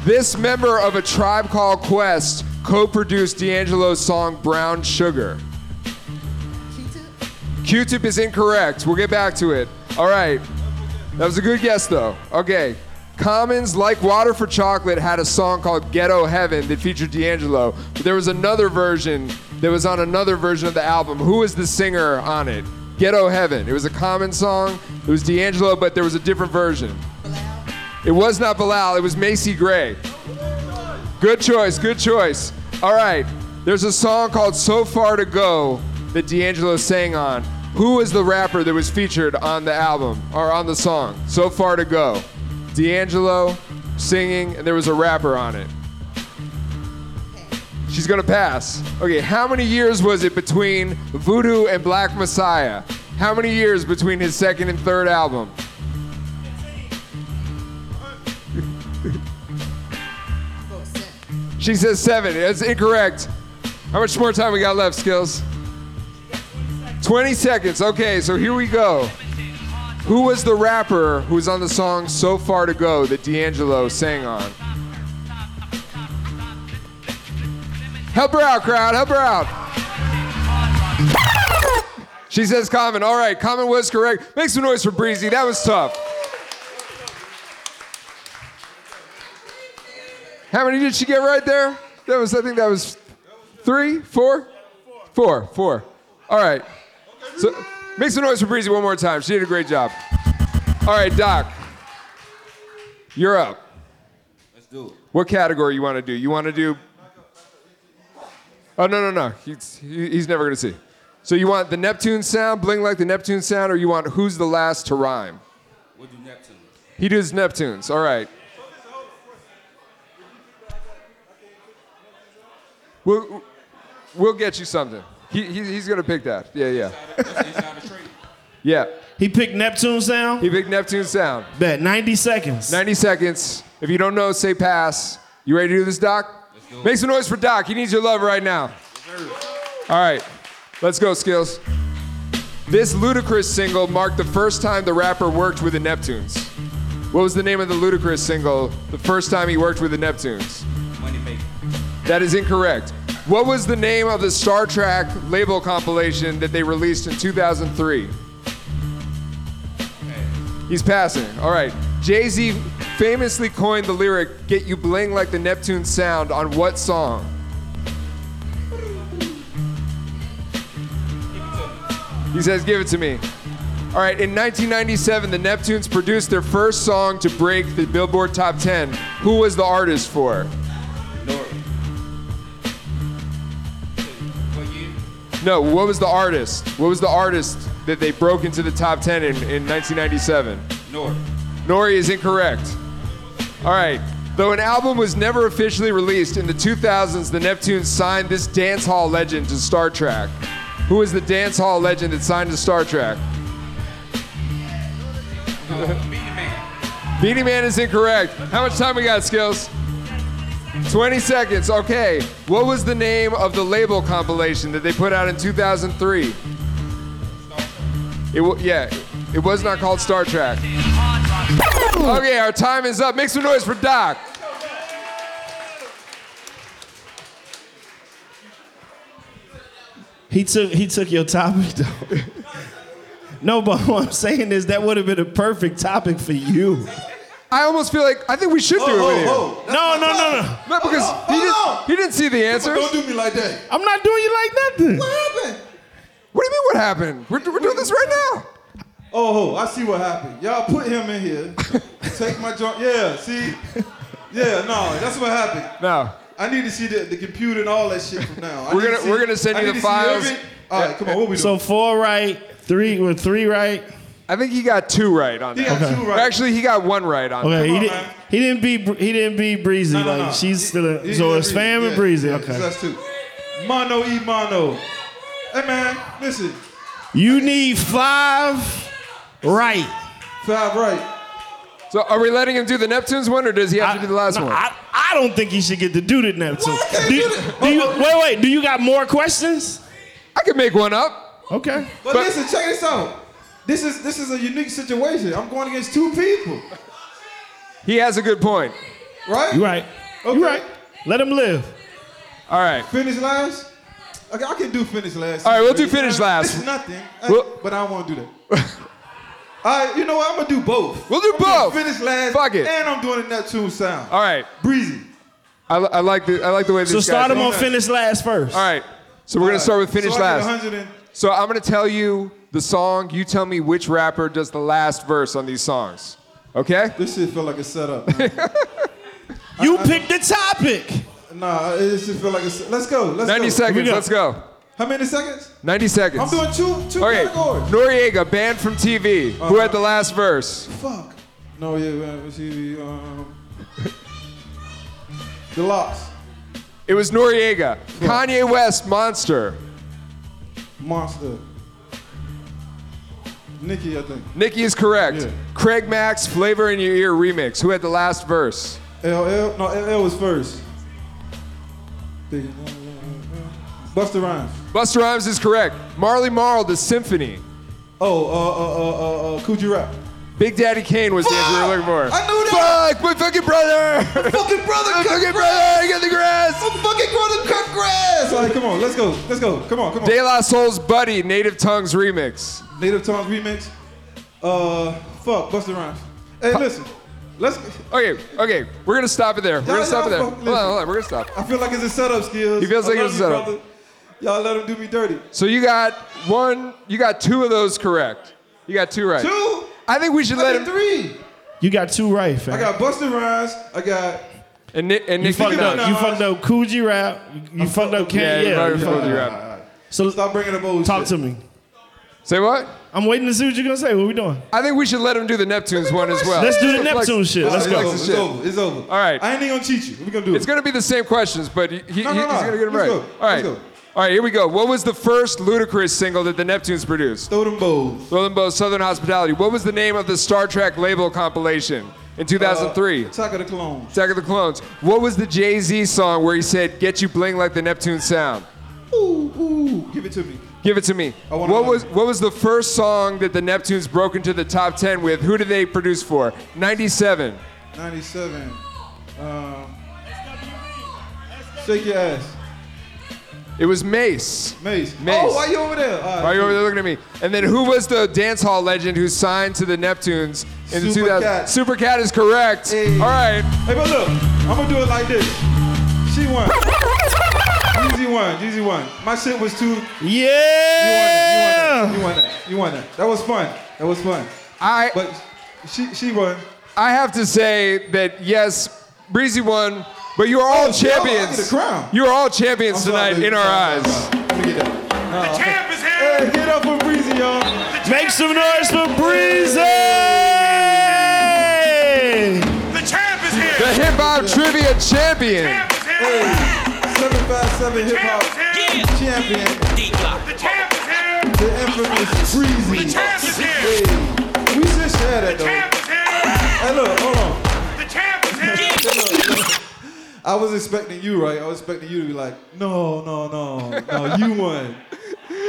This member of a tribe called Quest co produced D'Angelo's song Brown Sugar. Q tip is incorrect. We'll get back to it. All right. That was a good guess, though. Okay. Commons, like Water for Chocolate, had a song called Ghetto Heaven that featured D'Angelo. But there was another version that was on another version of the album. Who was the singer on it? Ghetto Heaven. It was a common song. It was D'Angelo, but there was a different version. It was not Bilal, it was Macy Gray. Good choice, good choice. All right, there's a song called So Far to Go that D'Angelo sang on. Who was the rapper that was featured on the album or on the song So Far to Go? D'Angelo singing, and there was a rapper on it. She's gonna pass. Okay, how many years was it between Voodoo and Black Messiah? How many years between his second and third album? She says seven. That's incorrect. How much more time we got left, Skills? 20 seconds. Okay, so here we go. Who was the rapper who was on the song So Far to Go that D'Angelo sang on? Help her out, crowd. Help her out. She says Common. All right, Common was correct. Make some noise for Breezy. That was tough. How many did she get right there? That was, I think that was three, four, four, four. All right. So make some noise for Breezy one more time. She did a great job. All right, Doc. You're up. Let's
do it.
What category you want to do? You want to do? Oh no no no. He's he- he's never gonna see. So you want the Neptune sound, bling like the Neptune sound, or you want who's the last to rhyme?
We'll do Neptune.
He does Neptunes. All right. We'll, we'll get you something. He, he, he's going to pick that. Yeah, yeah. yeah.
He picked Neptune Sound?
He picked Neptune Sound.
Bet. 90 seconds.
90 seconds. If you don't know, say pass. You ready to do this, Doc? Make some noise for Doc. He needs your love right now. All right. Let's go, Skills. This Ludacris single marked the first time the rapper worked with the Neptunes. What was the name of the Ludacris single the first time he worked with the Neptunes?
Money maker.
That is incorrect. What was the name of the Star Trek label compilation that they released in 2003? He's passing. All right. Jay Z famously coined the lyric "Get you bling like the Neptune sound" on what song? He says, "Give it to me." All right. In 1997, the Neptunes produced their first song to break the Billboard Top 10. Who was the artist for? No, what was the artist? What was the artist that they broke into the top 10 in, in 1997?
North.
Nori is incorrect. All right. Though an album was never officially released in the 2000s, the Neptunes signed this dance hall legend to Star Trek. Who is the dance hall legend that signed to Star Trek? Beanie Man is incorrect. How much time we got, Skills? 20 seconds. Okay. What was the name of the label compilation that they put out in 2003? It wa- yeah, it was not called Star Trek. Okay, our time is up. Make some noise for Doc.
He took he took your topic though. no, but what I'm saying is that would have been a perfect topic for you.
I almost feel like I think we should do it with you.
No, no, no, no.
No, because he, didn't, he didn't see the answer.
Don't do me like that.
I'm not doing you like nothing.
What do you mean? What happened? We're, we're doing this right now.
Oh, I see what happened. Y'all put him in here. Take my joint. Yeah, see? Yeah, no, that's what happened.
No.
I need to see the, the computer and all that shit from now. I
We're
need to
gonna-
see-
we're gonna send
I
you
need to
the
see
files.
every- All right, come on, what we
So
doing?
four right, three with three right.
I think he got two right on
He
that.
got Okay. two right.
Actually, he got one right Oh, on that.
Okay, he didn't. He didn't beat. He didn't beat Breezy. like she's still. A, so it's Fam and Breezy. okay.
That's two. Mono e mono. Hey man, listen.
you need five right.
Five right.
So are we letting him do the Neptunes one, or does he have to do the last
No,
one?
I, I don't think he should get to do the Neptune. Do, you- do you, wait, wait. Do you got more questions?
I can make one up.
Okay.
But, listen, check this out. This is this is a unique situation. I'm going against two people.
He has a good point.
Right?
You right.
Okay.
You right. Let him live.
All right.
Finish last? Okay, I can do finish last.
All right, we'll do
You know,
finish last.
It's nothing, uh,
We'll-
but I don't want to do that. All right, you know what? I'm gonna do both.
We'll do
I'm gonna
both.
Finish last.
Fuck it.
And I'm doing a Neptune sound.
All right.
Breezy.
I, li- I like the I like the way this.
So start
guy's
him on
doing.
finish last first.
All right. So we're gonna start with finish
So I get
last.
100 and-
So I'm gonna tell you the song. You tell me which rapper does the last verse on these songs. Okay.
This shit feel like a setup. man.
You picked the topic.
nah, it just feel like a. se- Let's go. Let's
90
go.
seconds.
go.
Let's go.
How many seconds?
90 seconds.
I'm doing two- two
okay.
categories.
Noriega, banned from TV. Who had the last verse?
Fuck. No, yeah, man. Was he, um, the locks.
It was Noriega. Kanye West, Monster.
Monster. Nikki, I think.
Nikki is correct. Craig Max, Flavor in Your Ear remix. Who had the last verse?
LL? No, LL was first. Buster Rhymes.
Buster Rhymes is correct. Marley Marl, The Symphony.
Oh, uh, uh, uh, uh, uh Coogee Rap.
Big Daddy Kane was the answer we were looking for.
I knew that.
Fuck, my fucking brother. My
fucking brother
My
cut
fucking
grass.
brother, get the grass.
My fucking brother cut grass. All right, come on, let's go, let's go, come on, come on.
De La Soul's Buddy, Native Tongues remix.
Native Tongues remix. Uh, fuck, Buster Rhymes. Hey, listen, let's.
Okay, okay, we're gonna stop it there. We're gonna
Y'all-
stop it
y'all
there.
fuck-
Hold on, hold on, we're gonna stop.
I feel like it's a setup skills.
He feels
I
like
love
it's a
you,
setup.
brother. Y'all let him do me dirty.
So you got one, you got two of those correct. You got two right.
Two.
I think we should
I
let
did
him.
Three.
You got two right, fam.
I got Buster Rhymes. I got.
And Nick, and
you
Nick
fucked up. You fucked up Coogee Rap. You fucked up
Yeah,
Kanye.
you
Yeah,
probably
you
fucked
fucked
Coogee
up.
Rap.
So
stop bringing up bullshit.
Talk to me.
Say what?
I'm waiting to see what you're gonna say. What we doing?
I think we should let him do the Neptunes one as well.
Let's do the
Flex-
Neptune shit. Let's
it's
go.
Over, it's over. It's over.
All right.
I ain't even gonna cheat you. We're gonna do
It's
it.
going to be the same questions, but he, he-
No, no,
he's
no.
going to get them
Let's
right.
go.
All right.
Let's go.
All right, here we go. What was the first Ludacris single that the Neptunes produced?
Throw them bows.
Throw them bows, Southern Hospitality. What was the name of the Star Trek label compilation in 2003?
Attack of Uh, the Clones.
Attack of the Clones. What was the Jay Z song where he said, Get you bling like the Neptune sound?
Ooh, ooh. Give it to me.
Give it to me.
wanna
What
know.
was, what was the first song that the Neptunes broke into the top 10 with? Who did they produce for? 97.
97. Um, shake your ass.
It was Mace.
Mace.
Mace.
Oh, why you over there? All right,
Why are you over there looking at me? And then who was the dance hall legend who signed to the Neptunes in the
Supercat.
2000? Super Cat is correct. All right.
Hey, but look, I'm gonna do it like this. She won. Jeezy won. Jeezy won. My shit was too.
Yeah.
You won that. You won that. You won that. That was fun. That was fun.
I
But she she won.
I have to say that yes, Breezy won, but you are all
shit, Oh, I- I get
champions.
the crown.
You are all champions
I'm sorry,
tonight
dude.
in our
I'm
eyes.
The champ is here. Hey, get up for Breezy, y'all.
Make some noise for Breezy.
The champ is here.
The hip hop trivia champion.
Seven five seven hip hop champion.
The champ is here.
The infamous Breezy.
The champ is here.
Hey, we should share that though. Hey, look, hold on.
The champ is here.
I was expecting you, right? I was expecting you to be like, no, no, no, no, you won.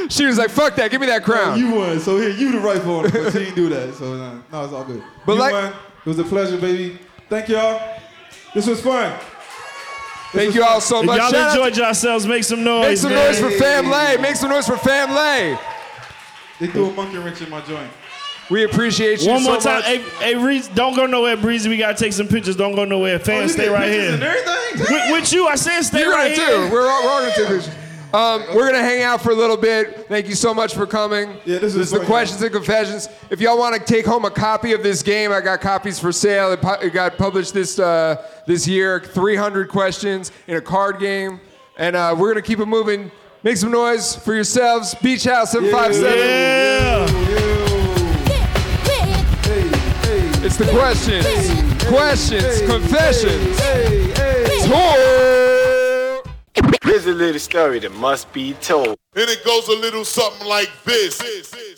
She was like, "Fuck that, give me that crown."
You won. So here, you the rightful owner, but she didn't do that. So nah, no, it's all good.
But
you
like-
won. It was a pleasure, baby. Thank y'all. This was fun.
Thank you all so
If
much.
y'all
Shout out-
enjoyed yourselves, make some noise.
Make some
man.
noise for Fam Lay. Make some noise for Fam Lay.
They threw a monkey wrench in my joint.
We appreciate you
One
so
more time.
much.
Hey, hey, Reese, don't go nowhere, Breezy. We gotta take some pictures. Don't go nowhere.
Oh,
Fans,
You
stay
did
right
pictures
here.
And everything.
With, with you, I said stay
You're
right
gonna do.
here.
We're all, we're all gonna do this. Um, we're gonna hang out for a little bit. Thank you so much for coming.
Yeah, this
This
was
is the
fun,
questions and confessions. If y'all want to take home a copy of this game, I got copies for sale. It, pu- it got published this uh, this year. 300 questions in a card game, and uh, we're gonna keep it moving. Make some noise for yourselves. Beach House 757. It's the questions, questions, confessions. Tour.
Here's a little story that must be told.
And it goes a little something like this.